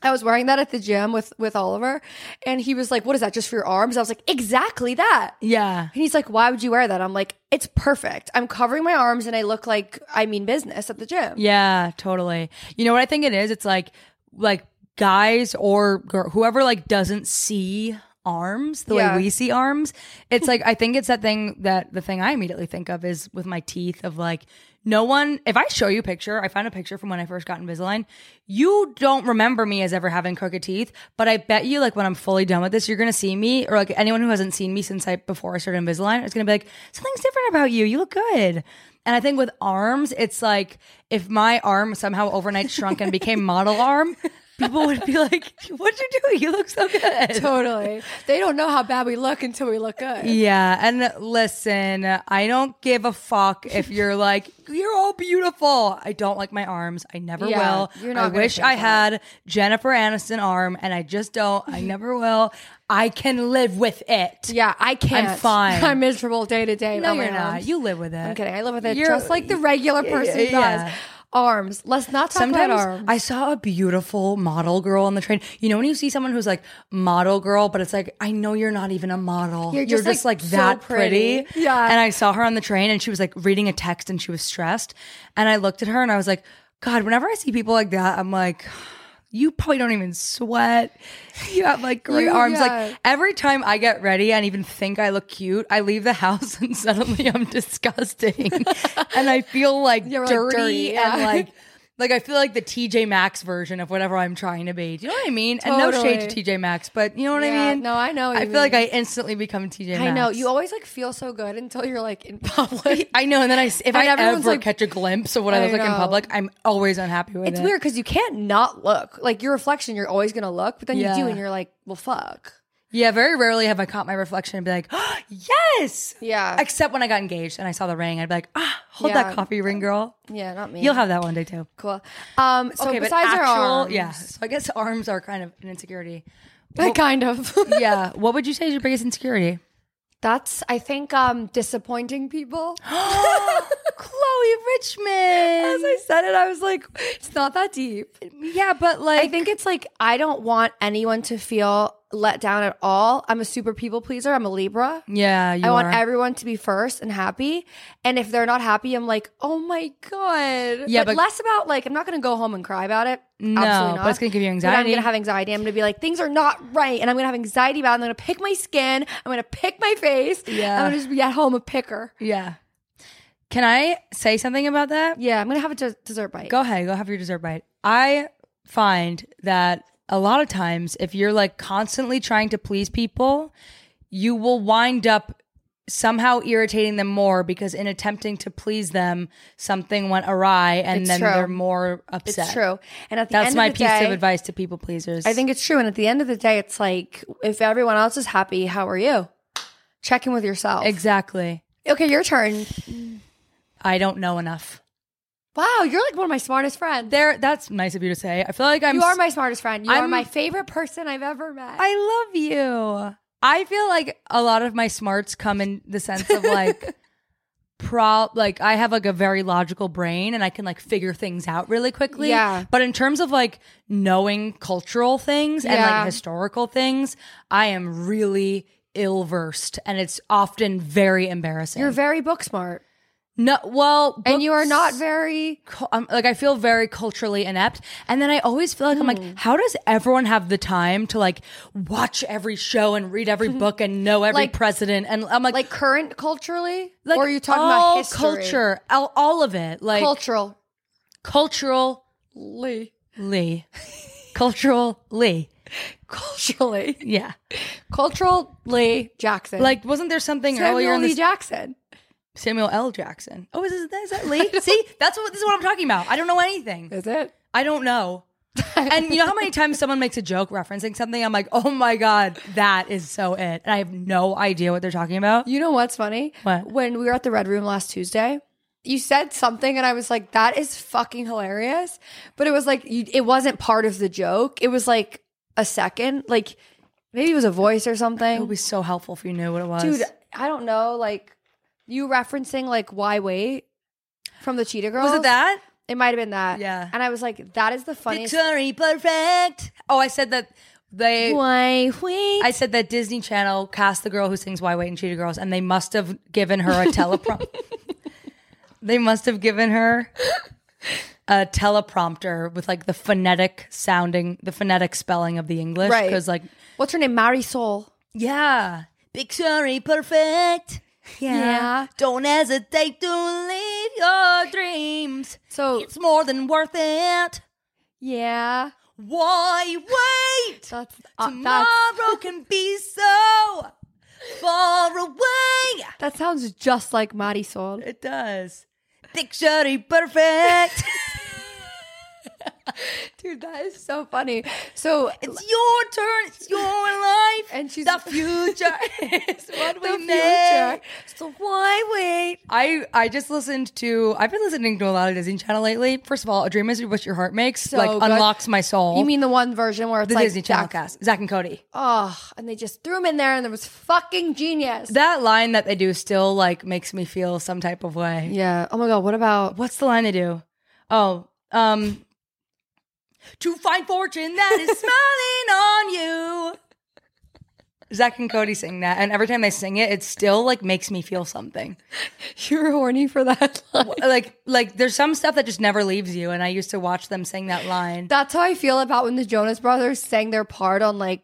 Speaker 2: I was wearing that at the gym with with Oliver and he was like, What is that? Just for your arms? I was like, Exactly that.
Speaker 1: yeah."
Speaker 2: And he's like, Why would you wear that? I'm like, It's perfect. I'm covering my arms and I look like I mean business at the gym.
Speaker 1: Yeah, totally. You know what I think it is? It's like like guys or girl, whoever like doesn't see arms the
Speaker 2: Yeah.
Speaker 1: way we see arms. It's like I think it's that thing that the thing I immediately think of is with my teeth of like no one if I show you a picture, I found a picture from when I first got Invisalign, you don't remember me as ever having crooked teeth, but I bet you like when I'm fully done with this, you're going to see me or like anyone who hasn't seen me since I before I started Invisalign, it's going to be like something's different about you. You look good. And I think with arms, it's like if my arm somehow overnight shrunk and became model arm, people would be like, "What'd you do? You look so good."
Speaker 2: Totally. they don't know how bad we look until we look good.
Speaker 1: Yeah, and listen, I don't give a fuck if you're like, you're all beautiful. I don't like my arms. I never
Speaker 2: Yeah,
Speaker 1: will.
Speaker 2: you're not
Speaker 1: I
Speaker 2: gonna
Speaker 1: wish
Speaker 2: change
Speaker 1: I
Speaker 2: that.
Speaker 1: had Jennifer Aniston arm, and I just don't. I never will. I can live with it.
Speaker 2: Yeah, I can't.
Speaker 1: fine.
Speaker 2: I'm miserable day to day.
Speaker 1: No,
Speaker 2: about my
Speaker 1: you're not.
Speaker 2: arms.
Speaker 1: You live with it.
Speaker 2: I'm kidding. I live with it
Speaker 1: You're-
Speaker 2: just like the regular person
Speaker 1: yeah, yeah.
Speaker 2: does. Arms. Let's not talk
Speaker 1: Sometimes
Speaker 2: about arms.
Speaker 1: I saw a beautiful model girl on the train. You know when you see someone who's like model girl, but it's like I know you're not even a model.
Speaker 2: You're just, like, so
Speaker 1: that pretty.
Speaker 2: pretty. Yeah.
Speaker 1: And I saw her on the train, and she was like reading a text, and she was stressed. And I looked at her, and I was like, God. Whenever I see people like that, I'm like. You probably don't even sweat. You have like great
Speaker 2: You-
Speaker 1: arms.
Speaker 2: yeah.
Speaker 1: Like every time I get ready and even think I look cute, I leave the house and suddenly I'm disgusting. and I feel like
Speaker 2: Yeah, we're, like,
Speaker 1: dirty,
Speaker 2: dirty,
Speaker 1: and
Speaker 2: yeah.
Speaker 1: like like I feel like the TJ Maxx version of whatever I'm trying to be. Do you know what I mean? And no shade to
Speaker 2: Totally.
Speaker 1: TJ Maxx, but you know what
Speaker 2: Yeah,
Speaker 1: I mean?
Speaker 2: no, I know what
Speaker 1: I
Speaker 2: you
Speaker 1: feel like I
Speaker 2: mean.
Speaker 1: instantly become TJ Maxx.
Speaker 2: I know. You always like feel so good until you're like in public.
Speaker 1: I know, and then I s- if
Speaker 2: And
Speaker 1: I ever
Speaker 2: everyone's like-
Speaker 1: catch a glimpse of what I,
Speaker 2: I
Speaker 1: look like in
Speaker 2: know.
Speaker 1: public, I'm always unhappy with
Speaker 2: it's
Speaker 1: it.
Speaker 2: weird because you can't not look. Like your reflection, you're always gonna look, but then you
Speaker 1: Yeah.
Speaker 2: do and you're like, well fuck.
Speaker 1: Yeah, very rarely have I caught my reflection and be like, oh, yes.
Speaker 2: Yeah.
Speaker 1: Except when I got engaged and I saw the ring, I'd be like, ah, hold that
Speaker 2: Yeah.
Speaker 1: coffee ring, girl.
Speaker 2: Yeah, not me.
Speaker 1: You'll have that one day too.
Speaker 2: cool. Um so
Speaker 1: okay,
Speaker 2: besides
Speaker 1: but
Speaker 2: your
Speaker 1: actual,
Speaker 2: arms.
Speaker 1: yeah. So I guess arms are kind of an insecurity.
Speaker 2: kind of.
Speaker 1: Yeah. What would you say is your biggest insecurity?
Speaker 2: That's I think um disappointing people.
Speaker 1: Chloe Richmond.
Speaker 2: As I said it, I was like, it's not that deep.
Speaker 1: yeah, but like
Speaker 2: I think it's like I don't want anyone to feel let down at all. I'm a super people pleaser. I'm a Libra.
Speaker 1: yeah, you
Speaker 2: I want
Speaker 1: are.
Speaker 2: everyone to be first and happy. And if they're not happy, I'm like, oh my god.
Speaker 1: Yeah,
Speaker 2: but,
Speaker 1: but-
Speaker 2: less about like I'm not gonna go home and cry about it.
Speaker 1: No,
Speaker 2: Absolutely
Speaker 1: but
Speaker 2: not.
Speaker 1: it's gonna give you
Speaker 2: But I'm
Speaker 1: anxiety.
Speaker 2: gonna have anxiety. I'm gonna be like, things are not right, and I'm gonna have anxiety about. it. I'm gonna pick my skin. I'm gonna pick my face.
Speaker 1: Yeah.
Speaker 2: I'm gonna just be at home a picker.
Speaker 1: yeah. Can I say something about that?
Speaker 2: Yeah, I'm gonna have a des- dessert bite.
Speaker 1: Go ahead, go have your dessert bite. I find that a lot of times if you're like constantly trying to please people, you will wind up somehow irritating them more because in attempting to please them, something went awry and
Speaker 2: It's
Speaker 1: then
Speaker 2: true.
Speaker 1: they're more
Speaker 2: It's
Speaker 1: upset.
Speaker 2: true. And at the
Speaker 1: That's
Speaker 2: end
Speaker 1: my
Speaker 2: of the
Speaker 1: piece
Speaker 2: day,
Speaker 1: of advice to people pleasers.
Speaker 2: I think it's true. And at the end of the day, it's like if everyone else is happy, how are you? Check in with yourself.
Speaker 1: exactly.
Speaker 2: okay, your turn.
Speaker 1: I don't know enough.
Speaker 2: Wow, you're like one of my smartest friends.
Speaker 1: There, that's nice of you to say. I feel like I'm.
Speaker 2: you are
Speaker 1: s-
Speaker 2: my smartest friend. You are
Speaker 1: I'm-
Speaker 2: my favorite person I've ever met.
Speaker 1: I love you. I feel like a lot of my smarts come in the sense of like, pro. Like I have like a very logical brain, and I can like figure things out really quickly.
Speaker 2: Yeah.
Speaker 1: But in terms of like knowing cultural things and
Speaker 2: Yeah.
Speaker 1: like historical things, I am really ill versed, and it's often very embarrassing.
Speaker 2: you're very book smart,
Speaker 1: no, well,
Speaker 2: and you are
Speaker 1: books-
Speaker 2: not very.
Speaker 1: cu- I'm, like I feel very culturally inept, and then I always feel like I'm
Speaker 2: Hmm.
Speaker 1: like, how does everyone have the time to like watch every show and read every book and know every
Speaker 2: Like-
Speaker 1: president? And I'm like,
Speaker 2: Like current culturally,
Speaker 1: like,
Speaker 2: or are you talking
Speaker 1: all
Speaker 2: about history?
Speaker 1: culture, all, all of it, like
Speaker 2: cultural.
Speaker 1: culturally, culturally,
Speaker 2: Culturally,
Speaker 1: yeah.
Speaker 2: culturally, Jackson.
Speaker 1: Like, wasn't there something earlier
Speaker 2: Samuel
Speaker 1: in
Speaker 2: Lee
Speaker 1: this?
Speaker 2: Jackson.
Speaker 1: Samuel L. Jackson. Oh, is, is, that, is that Lee? See, that's what this is what I'm talking about. I don't know anything.
Speaker 2: Is it?
Speaker 1: I don't know. and you know how many times someone makes a joke referencing something? I'm like, oh my God, that is so it. And I have no idea what they're talking about.
Speaker 2: You know what's funny?
Speaker 1: What?
Speaker 2: When we were at the Red Room last Tuesday, you said something and I was like, that is fucking hilarious. But it was like, you, it wasn't part of the joke. It was like a second, like maybe it was a voice or
Speaker 1: It would
Speaker 2: something.
Speaker 1: be so helpful if you knew what it was.
Speaker 2: Dude, I don't know. Like you referencing like why wait from the Cheetah Girls.
Speaker 1: was it that?
Speaker 2: It might have been that.
Speaker 1: Yeah.
Speaker 2: And I was like, that is the funniest.
Speaker 1: Victory perfect. Oh, I said that they.
Speaker 2: why wait?
Speaker 1: I said that Disney Channel cast the girl who sings "Why Wait" and "Cheetah Girls," and they must have given her a teleprompter. they must have given her a teleprompter with like the phonetic sounding, the phonetic spelling of the English,
Speaker 2: Right.
Speaker 1: Because like,
Speaker 2: What's her name? Marisol.
Speaker 1: yeah, Victory perfect.
Speaker 2: Yeah.
Speaker 1: Don't hesitate to leave your dreams.
Speaker 2: So
Speaker 1: It's more than worth it.
Speaker 2: yeah,
Speaker 1: Why wait?
Speaker 2: that's uh,
Speaker 1: Tomorrow
Speaker 2: that's,
Speaker 1: can be so far away.
Speaker 2: that sounds just like Marisol.
Speaker 1: It does. Picture perfect.
Speaker 2: Dude, that is so funny. So
Speaker 1: it's your turn. It's your life.
Speaker 2: And she's-
Speaker 1: the future is what we
Speaker 2: The
Speaker 1: make.
Speaker 2: future.
Speaker 1: So why wait? I I just listened to. I've been listening to a lot of Disney Channel lately. First of all, A Dream Is What Your Heart Makes like
Speaker 2: good.
Speaker 1: unlocks my soul.
Speaker 2: you mean the one version where it's
Speaker 1: the
Speaker 2: like
Speaker 1: Disney Channel
Speaker 2: Jack-
Speaker 1: cast? Zach and Cody.
Speaker 2: Oh, and they just threw him in there, and there was fucking genius.
Speaker 1: That line that they do still like makes me feel some type of way.
Speaker 2: yeah. Oh my god. What about?
Speaker 1: What's the line they do? Oh, um, to find fortune that is smiling on you. Zach and Cody sing that, and every time they sing it, it still like makes me feel something.
Speaker 2: You're horny for that. line.
Speaker 1: Like, like there's some stuff that just never leaves you, and I used to watch them sing that line.
Speaker 2: That's how I feel about when the Jonas Brothers sang their part on like.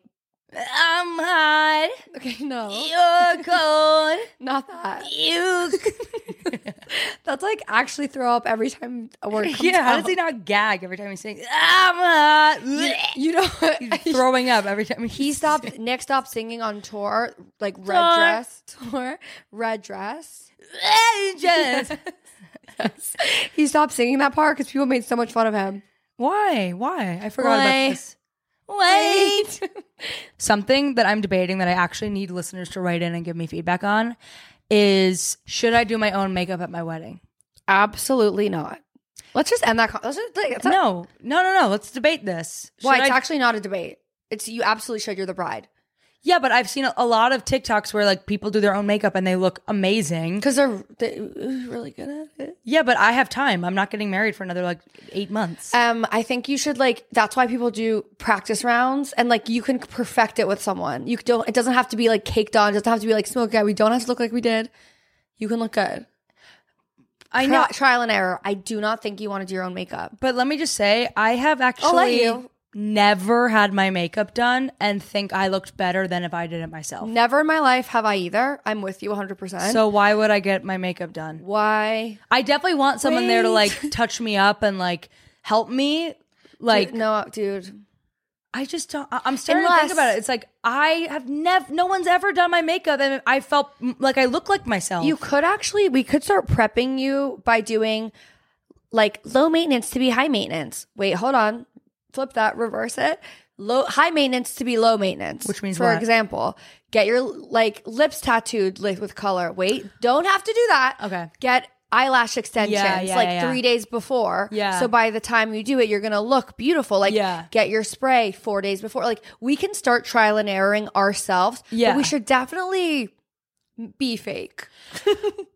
Speaker 1: I'm hot,
Speaker 2: Okay, no,
Speaker 1: you're cold,
Speaker 2: not that.
Speaker 1: you.
Speaker 2: That's like actually throw up every time a word comes
Speaker 1: yeah, how
Speaker 2: out.
Speaker 1: does he not gag every time he sings? I'm hot.
Speaker 2: You know,
Speaker 1: He's throwing up every time
Speaker 2: he stopped. Nick stopped singing on tour, like red
Speaker 1: Tour.
Speaker 2: dress tour, red dress.
Speaker 1: ages.
Speaker 2: He stopped singing that part because people made so much fun of him.
Speaker 1: Why? Why? I forgot
Speaker 2: Why?
Speaker 1: about this. Wait. Something that I'm debating that I actually need listeners to write in and give me feedback on is should I do my own makeup at my wedding?
Speaker 2: Absolutely not. Let's just end that. Con- let's just, like, it's not-
Speaker 1: no, no, no, no. Let's debate this.
Speaker 2: Why?
Speaker 1: Should
Speaker 2: It's
Speaker 1: I-
Speaker 2: actually not a debate. It's you absolutely should. You're the bride
Speaker 1: yeah, but I've seen a, a lot of TikToks where like people do their own makeup and they look amazing.
Speaker 2: because they're, they're really good at it.
Speaker 1: Yeah, but I have time. I'm not getting married for another like eight months.
Speaker 2: Um, I think you should like. That's why people do practice rounds, and like you can perfect it with someone. You don't. It doesn't have to be like caked on. It doesn't have to be like smoke out. We don't have to look like we did. You can look good.
Speaker 1: I
Speaker 2: Tri-
Speaker 1: know,
Speaker 2: trial and error. I do not think you want to do your own makeup.
Speaker 1: but let me just say I have
Speaker 2: I'll let
Speaker 1: actually
Speaker 2: you.
Speaker 1: never had my makeup done and think I looked better than if I did it myself.
Speaker 2: Never in my life have I either. I'm with you 100%.
Speaker 1: So why would I get my makeup done?
Speaker 2: why?
Speaker 1: I definitely want someone there to
Speaker 2: Wait.
Speaker 1: like touch me up and like help me. Like
Speaker 2: Like no, dude.
Speaker 1: I just don't. I- I'm starting to think
Speaker 2: Unless-
Speaker 1: about it. It's like I have never. No one's ever done my makeup, and I felt mm, like I look like myself.
Speaker 2: You could actually we could start prepping you by doing like low maintenance to be high maintenance. Wait, hold on. Flip that, reverse it. Low high maintenance to be low maintenance.
Speaker 1: Which means
Speaker 2: for
Speaker 1: what?
Speaker 2: example, get your like lips tattooed li- with color. Wait, don't have to do that.
Speaker 1: Okay.
Speaker 2: Get eyelash extensions
Speaker 1: yeah,
Speaker 2: like
Speaker 1: yeah.
Speaker 2: 3 days before.
Speaker 1: Yeah.
Speaker 2: So by the time you do it, you're going to look beautiful. Like
Speaker 1: Yeah.
Speaker 2: get your spray 4 days before. Like we can start trial and erroring ourselves.
Speaker 1: Yeah.
Speaker 2: But we should definitely be fake.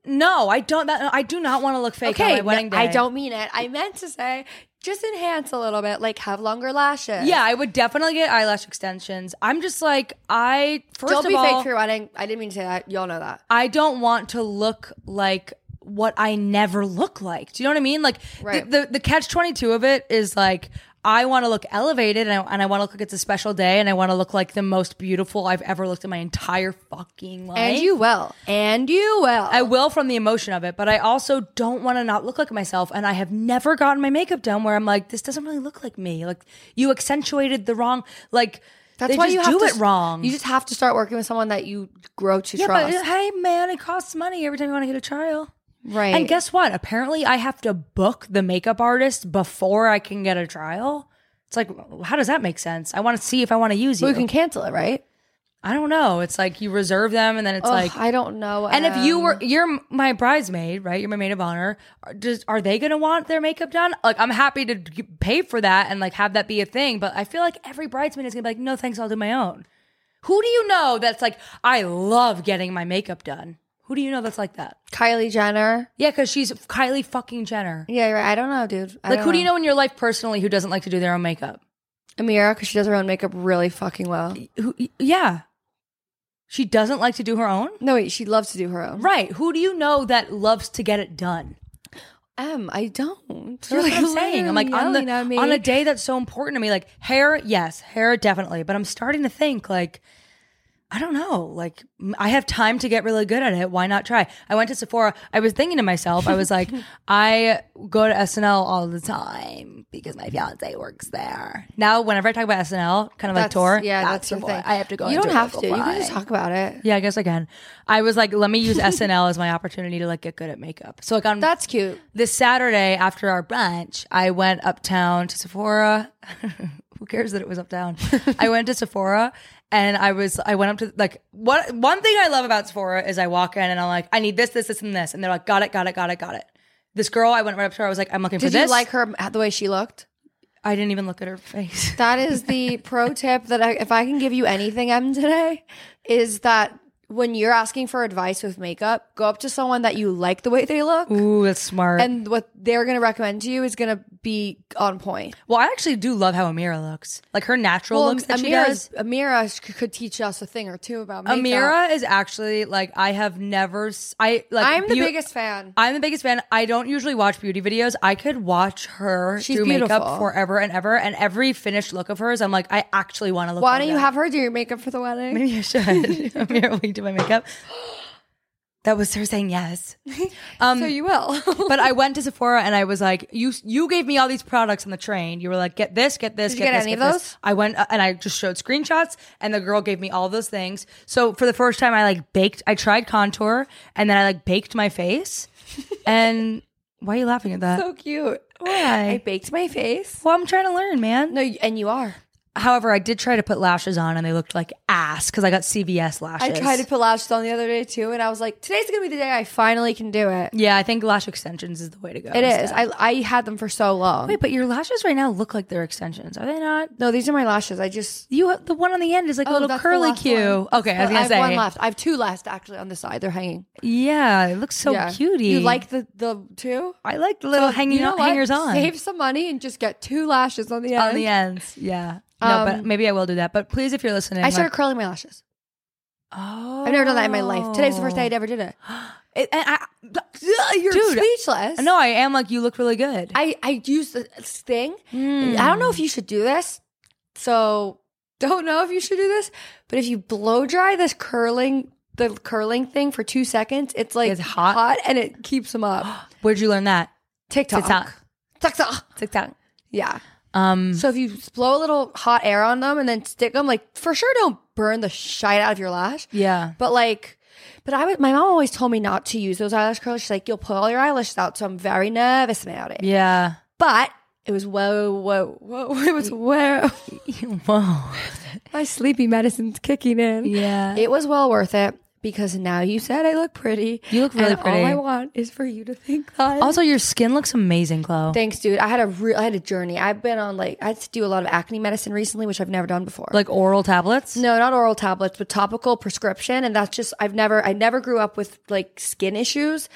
Speaker 1: no, I don't. That, I do not want to look fake on my
Speaker 2: no,
Speaker 1: wedding day.
Speaker 2: I don't mean it. I meant to say just enhance a little bit, like have longer lashes.
Speaker 1: Yeah, I would definitely get eyelash extensions. I'm just like I. 1st
Speaker 2: Don't
Speaker 1: of
Speaker 2: be
Speaker 1: all,
Speaker 2: fake for your wedding. I didn't mean to say that. Y'all know that.
Speaker 1: I don't want to look like what I never look like. Do you know what I mean? Like the-
Speaker 2: Right.
Speaker 1: the, the catch 22 of it is like I want to look elevated and I, and I want to look like it's a special day and I want to look like the most beautiful I've ever looked in my entire fucking life.
Speaker 2: And you will. And you will.
Speaker 1: I will from the emotion of it, but I also don't want to not look like myself. And I have never gotten my makeup done where I'm like, this doesn't really look like me. Like you accentuated the wrong, like
Speaker 2: That's
Speaker 1: they
Speaker 2: why
Speaker 1: just
Speaker 2: you have
Speaker 1: do
Speaker 2: to
Speaker 1: it wrong.
Speaker 2: You just have to start working with someone that you grow to
Speaker 1: yeah,
Speaker 2: trust.
Speaker 1: but hey man, it costs money every time you want to get a trial.
Speaker 2: right.
Speaker 1: And guess what? Apparently, I have to book the makeup artist before I can get a trial. It's like, how does that make sense? I want to see if I want to use you.
Speaker 2: we can cancel it, right?
Speaker 1: I don't know. It's like you reserve them, and then it's
Speaker 2: Ugh,
Speaker 1: like.
Speaker 2: I don't know.
Speaker 1: and if you
Speaker 2: um,
Speaker 1: were, you're my bridesmaid, right? You're my maid of honor. Are- Does, are they going to want their makeup done? Like, I'm happy to g- pay for that and like have that be a thing, but I feel like every bridesmaid is going to be like, no, thanks, I'll do my own. Who do you know that's like, I love getting my makeup done? Who do you know that's like that?
Speaker 2: Kylie Jenner,
Speaker 1: Yeah, because she's Kylie fucking Jenner.
Speaker 2: yeah, you're right. I don't know, dude. I
Speaker 1: Like,
Speaker 2: don't
Speaker 1: who do you know in your life personally who doesn't like to do their own makeup?
Speaker 2: Amira, because she does her own makeup really fucking well.
Speaker 1: Who, yeah. She doesn't like to do her own?
Speaker 2: No, wait, she loves to do her own.
Speaker 1: Right. Who do you know that loves to get it done?
Speaker 2: M, I don't.
Speaker 1: That's what I'm saying. I'm like on, the,
Speaker 2: literally yelling at me.
Speaker 1: on a day that's so important to me, like hair, yes, hair definitely. But I'm starting to think like, I don't know. Like m- I have time to get really good at it. Why not try? I went to Sephora. I was thinking to myself, I was like, I go to SNL all the time because my fiance works there. Now, whenever I talk about SNL, kind of like
Speaker 2: That's-
Speaker 1: tour,
Speaker 2: Yeah, that's,
Speaker 1: the
Speaker 2: your thing.
Speaker 1: I have to go.
Speaker 2: You
Speaker 1: into
Speaker 2: don't
Speaker 1: a
Speaker 2: have to.
Speaker 1: local
Speaker 2: You can just
Speaker 1: fly.
Speaker 2: talk about it.
Speaker 1: Yeah, I guess I can. I was like, let me use SNL as my opportunity to like get good at makeup. So like on
Speaker 2: That's cute.
Speaker 1: this Saturday after our brunch, I went uptown to Sephora. Who cares that it was uptown? I went to Sephora and I was I went up to like what one thing I love about Sephora is I walk in and I'm like, I need this, this, this, and this. And they're like, got it, got it, got it, got it. This girl, I went right up to her. I was like, I'm looking
Speaker 2: Did
Speaker 1: for this.
Speaker 2: you like her the way she looked?
Speaker 1: I didn't even look at her face.
Speaker 2: That is the pro tip that I, if I can give you anything, M today, is that when you're asking for advice with makeup, go up to someone that you like the way they look,
Speaker 1: Ooh, that's smart. And
Speaker 2: and what they're gonna recommend to you is gonna be on point.
Speaker 1: well, I actually do love how Amira looks. Like her natural
Speaker 2: Well,
Speaker 1: looks that she
Speaker 2: Amira,
Speaker 1: does.
Speaker 2: is- Amira sh- could teach us a thing or two about makeup.
Speaker 1: Amira is actually like I have never s- I like
Speaker 2: I'm the
Speaker 1: beau-
Speaker 2: biggest fan.
Speaker 1: I'm the biggest fan. I don't usually watch beauty videos. I could watch her
Speaker 2: She's
Speaker 1: do
Speaker 2: beautiful.
Speaker 1: makeup forever and ever, and every finished look of hers, I'm like, I actually want to look.
Speaker 2: Why
Speaker 1: like
Speaker 2: don't you
Speaker 1: that.
Speaker 2: have her do your makeup for the wedding?
Speaker 1: Maybe I should. Amira, will you do my makeup? That was her saying yes. Um,
Speaker 2: So you will.
Speaker 1: but I went to Sephora and I was like, "You you gave me all these products on the train. You were like, get this, get this,
Speaker 2: Did you
Speaker 1: get,
Speaker 2: get
Speaker 1: this,
Speaker 2: any
Speaker 1: get
Speaker 2: of
Speaker 1: this."
Speaker 2: those?
Speaker 1: I went uh, and I just showed screenshots, and the girl gave me all those things. So for the first time, I like baked. I tried contour, and then I like baked my face. and why are you laughing at that?
Speaker 2: so cute.
Speaker 1: Why?
Speaker 2: I baked my face.
Speaker 1: well, I'm trying to learn, man.
Speaker 2: No, y- and you are.
Speaker 1: However, I did try to put lashes on, and they looked like ass because I got CVS
Speaker 2: I
Speaker 1: lashes.
Speaker 2: tried to put lashes on the other day too, and I was like, today's gonna be the day I finally can do it.
Speaker 1: Yeah, I think lash extensions is the way to go.
Speaker 2: It is.
Speaker 1: instead.
Speaker 2: I I had them for so long.
Speaker 1: Wait, but your lashes right now look like they're extensions, are they not?
Speaker 2: no, these are my lashes. I just
Speaker 1: You the one on the end is like a
Speaker 2: Oh,
Speaker 1: little
Speaker 2: that's the
Speaker 1: curly
Speaker 2: last
Speaker 1: Q.
Speaker 2: one.
Speaker 1: Okay, I was gonna
Speaker 2: have
Speaker 1: say.
Speaker 2: one left. I have two left actually on the side. They're hanging.
Speaker 1: Yeah, it looks so
Speaker 2: Yeah.
Speaker 1: Oh, cutie.
Speaker 2: You like the the two?
Speaker 1: I like the little hanging
Speaker 2: You know
Speaker 1: on,
Speaker 2: what?
Speaker 1: hangers on
Speaker 2: Save some money and just get two lashes on the end.
Speaker 1: on the ends. Yeah. No, but
Speaker 2: Um,
Speaker 1: maybe I will do that. But please, if you're listening,
Speaker 2: I started
Speaker 1: like-
Speaker 2: curling my lashes.
Speaker 1: oh,
Speaker 2: I've never done that in my life. Today's the first day I ever did it.
Speaker 1: It- and I, Ugh, you're
Speaker 2: Dude,
Speaker 1: Oh. Dude,
Speaker 2: speechless.
Speaker 1: no, I am like you look really good.
Speaker 2: I I used this thing.
Speaker 1: Hmm.
Speaker 2: I don't know if you should do this. So don't know if you should do this. But if you blow dry this curling, the curling thing for two seconds, it's like
Speaker 1: It's hot?
Speaker 2: and it keeps them up.
Speaker 1: Where'd you learn that?
Speaker 2: TikTok.
Speaker 1: TikTok.
Speaker 2: TikTok.
Speaker 1: TikTok.
Speaker 2: Yeah.
Speaker 1: Um,
Speaker 2: So if you s- blow a little hot air on them and then stick them, like for sure, don't burn the shite out of your lash.
Speaker 1: yeah.
Speaker 2: But like, but I would. My mom always told me not to use those eyelash curlers. She's like, you'll pull all your eyelashes out. So I'm very nervous about it.
Speaker 1: Yeah.
Speaker 2: But it was whoa, whoa, whoa. It was whoa.
Speaker 1: Whoa.
Speaker 2: My sleepy medicine's kicking in.
Speaker 1: Yeah.
Speaker 2: It was well worth it because now you said I look pretty.
Speaker 1: You look really
Speaker 2: and
Speaker 1: pretty.
Speaker 2: All I want is for you to think that.
Speaker 1: also, your skin looks amazing, Chloe.
Speaker 2: Thanks, dude. I had a real, I had a journey. I've been on like I had to do a lot of acne medicine recently, which I've never done before.
Speaker 1: like oral tablets.
Speaker 2: No, not oral tablets, but topical prescription. And that's just, I've never, I never grew up with like skin issues.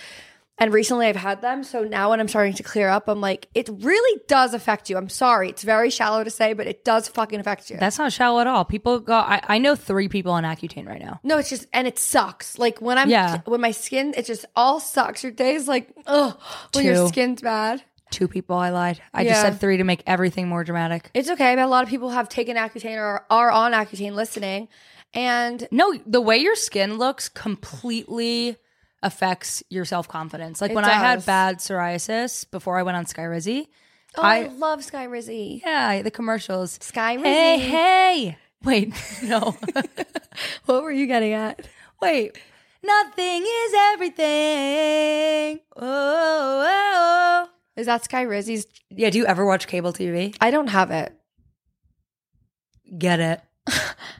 Speaker 2: And recently I've had them. So now when I'm starting to clear up, I'm like, it really does affect you. I'm sorry. It's very shallow to say, but it does fucking affect you.
Speaker 1: That's not shallow at all. People go. I, I know three people on Accutane right now.
Speaker 2: no, it's just, and it sucks. Like when I'm,
Speaker 1: Yeah.
Speaker 2: when my skin, it just all sucks. Your day's like, ugh, when
Speaker 1: Two.
Speaker 2: your skin's bad.
Speaker 1: Two people. I lied. I just
Speaker 2: Yeah.
Speaker 1: said three to make everything more dramatic.
Speaker 2: It's okay. But a lot of people have taken Accutane or are on Accutane listening. And
Speaker 1: No, the way your skin looks completely affects your self confidence. Like
Speaker 2: It
Speaker 1: when I had
Speaker 2: does.
Speaker 1: bad psoriasis before I went on Skyrizi.
Speaker 2: oh, I,
Speaker 1: I-
Speaker 2: love Sky Rizzy.
Speaker 1: Yeah, the commercials.
Speaker 2: Sky Rizzy.
Speaker 1: Hey, hey. Wait, no.
Speaker 2: What were you getting at?
Speaker 1: Wait. Nothing is everything. Oh, oh, oh.
Speaker 2: Is that Sky Rizzy's?
Speaker 1: Yeah, do you ever watch cable TV?
Speaker 2: I don't have it.
Speaker 1: Get it.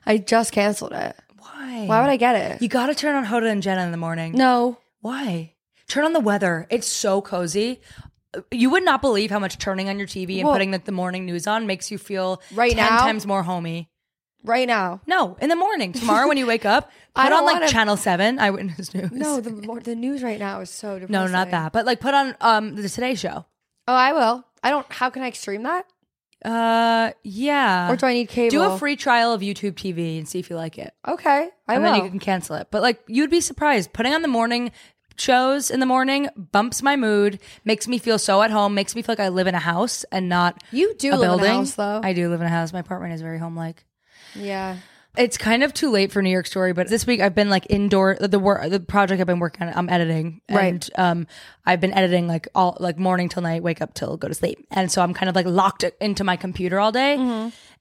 Speaker 2: I just canceled it.
Speaker 1: Why?
Speaker 2: Why would I get it?
Speaker 1: You gotta turn on Hoda and Jenna in the morning.
Speaker 2: no.
Speaker 1: Why? Turn on the weather. It's so cozy. You would not believe how much turning on your TV and
Speaker 2: Well-
Speaker 1: putting the, the morning news on makes you feel
Speaker 2: Right
Speaker 1: 10
Speaker 2: now?
Speaker 1: times more homey.
Speaker 2: Right now.
Speaker 1: No, in the morning, tomorrow when you wake up,
Speaker 2: I
Speaker 1: put
Speaker 2: don't
Speaker 1: on like
Speaker 2: wanna-
Speaker 1: Channel 7, Eyewitness News.
Speaker 2: No, the mor- the news right now is so depressing.
Speaker 1: no, not that. But like put on um the Today Show.
Speaker 2: Oh, I will. I don't. How can I stream that?
Speaker 1: Uh, yeah.
Speaker 2: Or do I need cable?
Speaker 1: Do a free trial of YouTube TV and see if you like it.
Speaker 2: Okay, I
Speaker 1: and
Speaker 2: will.
Speaker 1: then you can cancel it. But like you'd be surprised. Putting on the morning shows in the morning bumps my mood, makes me feel so at home, makes me feel like I live in a house and not
Speaker 2: You do
Speaker 1: a
Speaker 2: live in a
Speaker 1: building.
Speaker 2: house, though.
Speaker 1: I do live in a house. My apartment is very home like.
Speaker 2: yeah.
Speaker 1: It's kind of too late for New York Story, but this week I've been like indoor the work the project I've been working on. I'm editing, and,
Speaker 2: Right.
Speaker 1: Um, I've been editing like all like morning till night, wake up till go to sleep, and so I'm kind of like locked into my computer all day.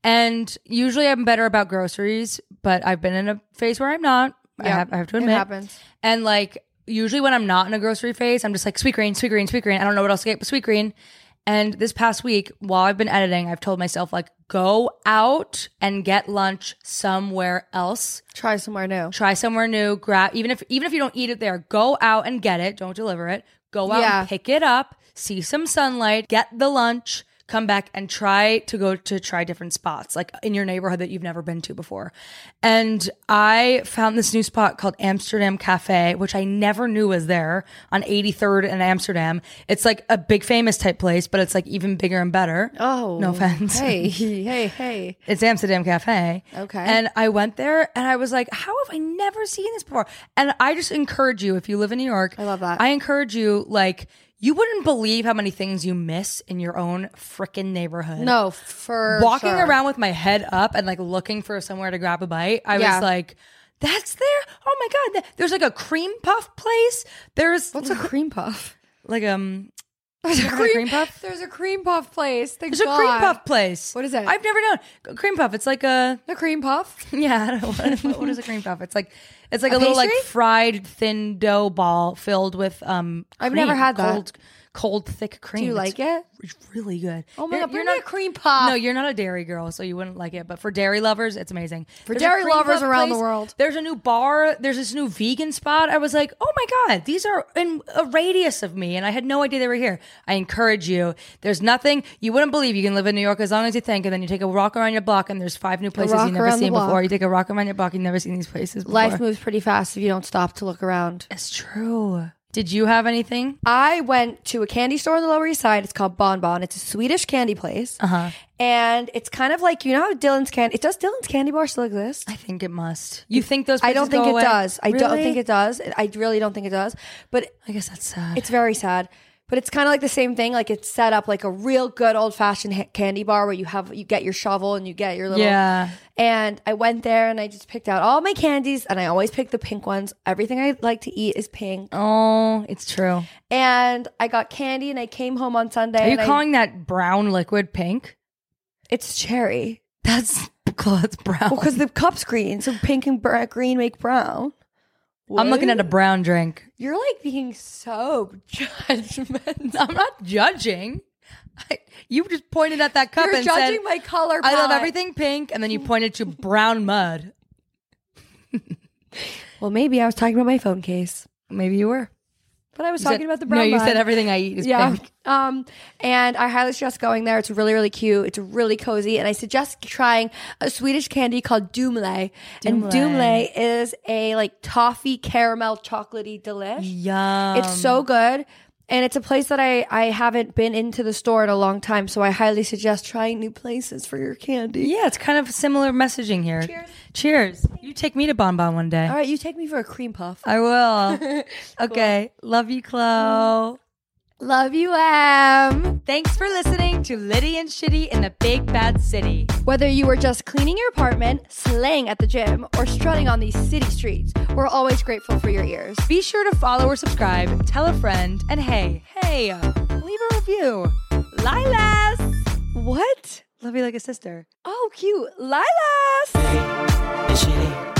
Speaker 1: And usually I'm better about groceries, but I've been in a phase where I'm not. I,
Speaker 2: Yeah.
Speaker 1: have, I have to
Speaker 2: It
Speaker 1: admit,
Speaker 2: happens.
Speaker 1: And like usually when I'm not in a grocery phase, I'm just like sweet green, sweet green, sweet green. I don't know what else to get, but sweet green. And this past week, while I've been editing, I've told myself like go out and get lunch somewhere else.
Speaker 2: Try somewhere new.
Speaker 1: Try somewhere new. Grab even if even if you don't eat it there, go out and get it. Don't deliver it. Go out
Speaker 2: Yeah.
Speaker 1: and pick it up. See some sunlight. Get the lunch. Come back and try to go to try different spots like in your neighborhood that you've never been to before. And I found this new spot called Amsterdam Cafe, which I never knew was there on 83rd in Amsterdam. It's like a big famous type place, but it's like even bigger and better.
Speaker 2: Oh,
Speaker 1: no offense.
Speaker 2: Hey, hey, hey.
Speaker 1: It's Amsterdam Cafe.
Speaker 2: Okay.
Speaker 1: And I went there and I was like, how have I never seen this before? And I just encourage you, if you live in New York, I
Speaker 2: love that.
Speaker 1: I encourage you, like, you wouldn't believe how many things you miss in your own freaking neighborhood.
Speaker 2: No, for
Speaker 1: Walking
Speaker 2: sure.
Speaker 1: around with my head up and like looking for somewhere to grab a bite, I
Speaker 2: Yeah.
Speaker 1: was like, that's there. Oh my God. th- There's like a cream puff place. There's
Speaker 2: What's a cream puff?
Speaker 1: like, um,
Speaker 2: There's a
Speaker 1: Never had a cream puff?
Speaker 2: There's a cream puff place. Thank
Speaker 1: there's a
Speaker 2: God.
Speaker 1: cream puff place.
Speaker 2: What is that?
Speaker 1: I've never known. Cream puff. It's like a,
Speaker 2: A cream puff.
Speaker 1: Yeah, I don't know. What, what is a cream puff? It's like it's like a,
Speaker 2: A
Speaker 1: little like
Speaker 2: pastry?
Speaker 1: fried thin dough ball filled with um.
Speaker 2: I've
Speaker 1: cream,
Speaker 2: never had that.
Speaker 1: cold, cold thick cream.
Speaker 2: Do you like it?
Speaker 1: It's really good.
Speaker 2: Oh my
Speaker 1: You're-
Speaker 2: God,
Speaker 1: you're
Speaker 2: bring me
Speaker 1: not
Speaker 2: a cream puff.
Speaker 1: No, you're not a dairy girl, so you wouldn't like it. But for dairy lovers, it's amazing. For
Speaker 2: dairy lovers around the world.
Speaker 1: there's a new bar. There's this new vegan spot. I was like, oh my god, these are in a radius of me, and I had no idea they were here. I encourage you. There's nothing you wouldn't believe. You can live in New York as long as you think, and then you take a walk around your block, and there's five new places
Speaker 2: rock
Speaker 1: you've never
Speaker 2: around the
Speaker 1: seen before.
Speaker 2: block.
Speaker 1: You take a rock around your block, you've never seen these places. Before.
Speaker 2: Life moves pretty fast if you don't stop to look around.
Speaker 1: It's true. Did you have anything?
Speaker 2: I went to a candy store on the Lower East Side. It's called Bon Bon. It's a Swedish candy place. Uh-huh. And it's kind of like, you know how Dylan's candy, does Dylan's candy bar still exist?
Speaker 1: I think it must. You think those? Places
Speaker 2: I don't think
Speaker 1: go
Speaker 2: it
Speaker 1: away?
Speaker 2: does. I don't
Speaker 1: Really?
Speaker 2: think it does. I really don't think it does. But
Speaker 1: I guess that's sad.
Speaker 2: it's very sad. But it's kind of like the same thing. Like it's set up like a real good old fashioned ha- candy bar where you have, you get your shovel and you get your little.
Speaker 1: yeah.
Speaker 2: And I went there and I just picked out all my candies and I always pick the pink ones. Everything I like to eat is pink.
Speaker 1: Oh, it's true.
Speaker 2: And I got candy and I came home on Sunday.
Speaker 1: Are you
Speaker 2: and I-
Speaker 1: calling that brown liquid pink?
Speaker 2: It's cherry
Speaker 1: That's that's brown.
Speaker 2: because the cup's green, so pink and br- green make brown.
Speaker 1: I'm looking at a brown drink.
Speaker 2: You're like being so judgmental.
Speaker 1: I'm not judging. I, you just pointed at that cup
Speaker 2: You're
Speaker 1: and
Speaker 2: judging
Speaker 1: said,
Speaker 2: my color.
Speaker 1: "I love
Speaker 2: palette.
Speaker 1: everything pink," and then you pointed to brown mud.
Speaker 2: Well, maybe I was talking about my phone case,
Speaker 1: Maybe you were
Speaker 2: but I was
Speaker 1: You
Speaker 2: talking
Speaker 1: said-
Speaker 2: about the brown.
Speaker 1: No, you
Speaker 2: bun.
Speaker 1: said everything I eat is
Speaker 2: Yeah.
Speaker 1: pink.
Speaker 2: Um, and I highly suggest going there. It's really, really cute. It's really cozy. And I suggest trying a Swedish candy called Dumle. And
Speaker 1: Dumle.
Speaker 2: Dumle is a like toffee caramel chocolatey delish.
Speaker 1: Yum.
Speaker 2: It's so good. And it's a place that I, I haven't been into the store in a long time. So I highly suggest trying new places for your candy.
Speaker 1: yeah. It's kind of similar messaging here.
Speaker 2: Cheers.
Speaker 1: Cheers. You take me to Bon Bon one day.
Speaker 2: All right, you take me for a cream puff.
Speaker 1: I will. okay. Love you, Chloe.
Speaker 2: Love you, Em.
Speaker 1: Thanks for listening to Liddy and Shitty in the Big Bad City.
Speaker 2: Whether you were just cleaning your apartment, slaying at the gym, or strutting on these city streets, we're always grateful for your ears.
Speaker 1: Be sure to follow or subscribe, tell a friend, and hey, hey, leave a review. Lilas!
Speaker 2: What?
Speaker 1: Love you like a sister.
Speaker 2: Oh, cute. Lilas!
Speaker 3: and shitty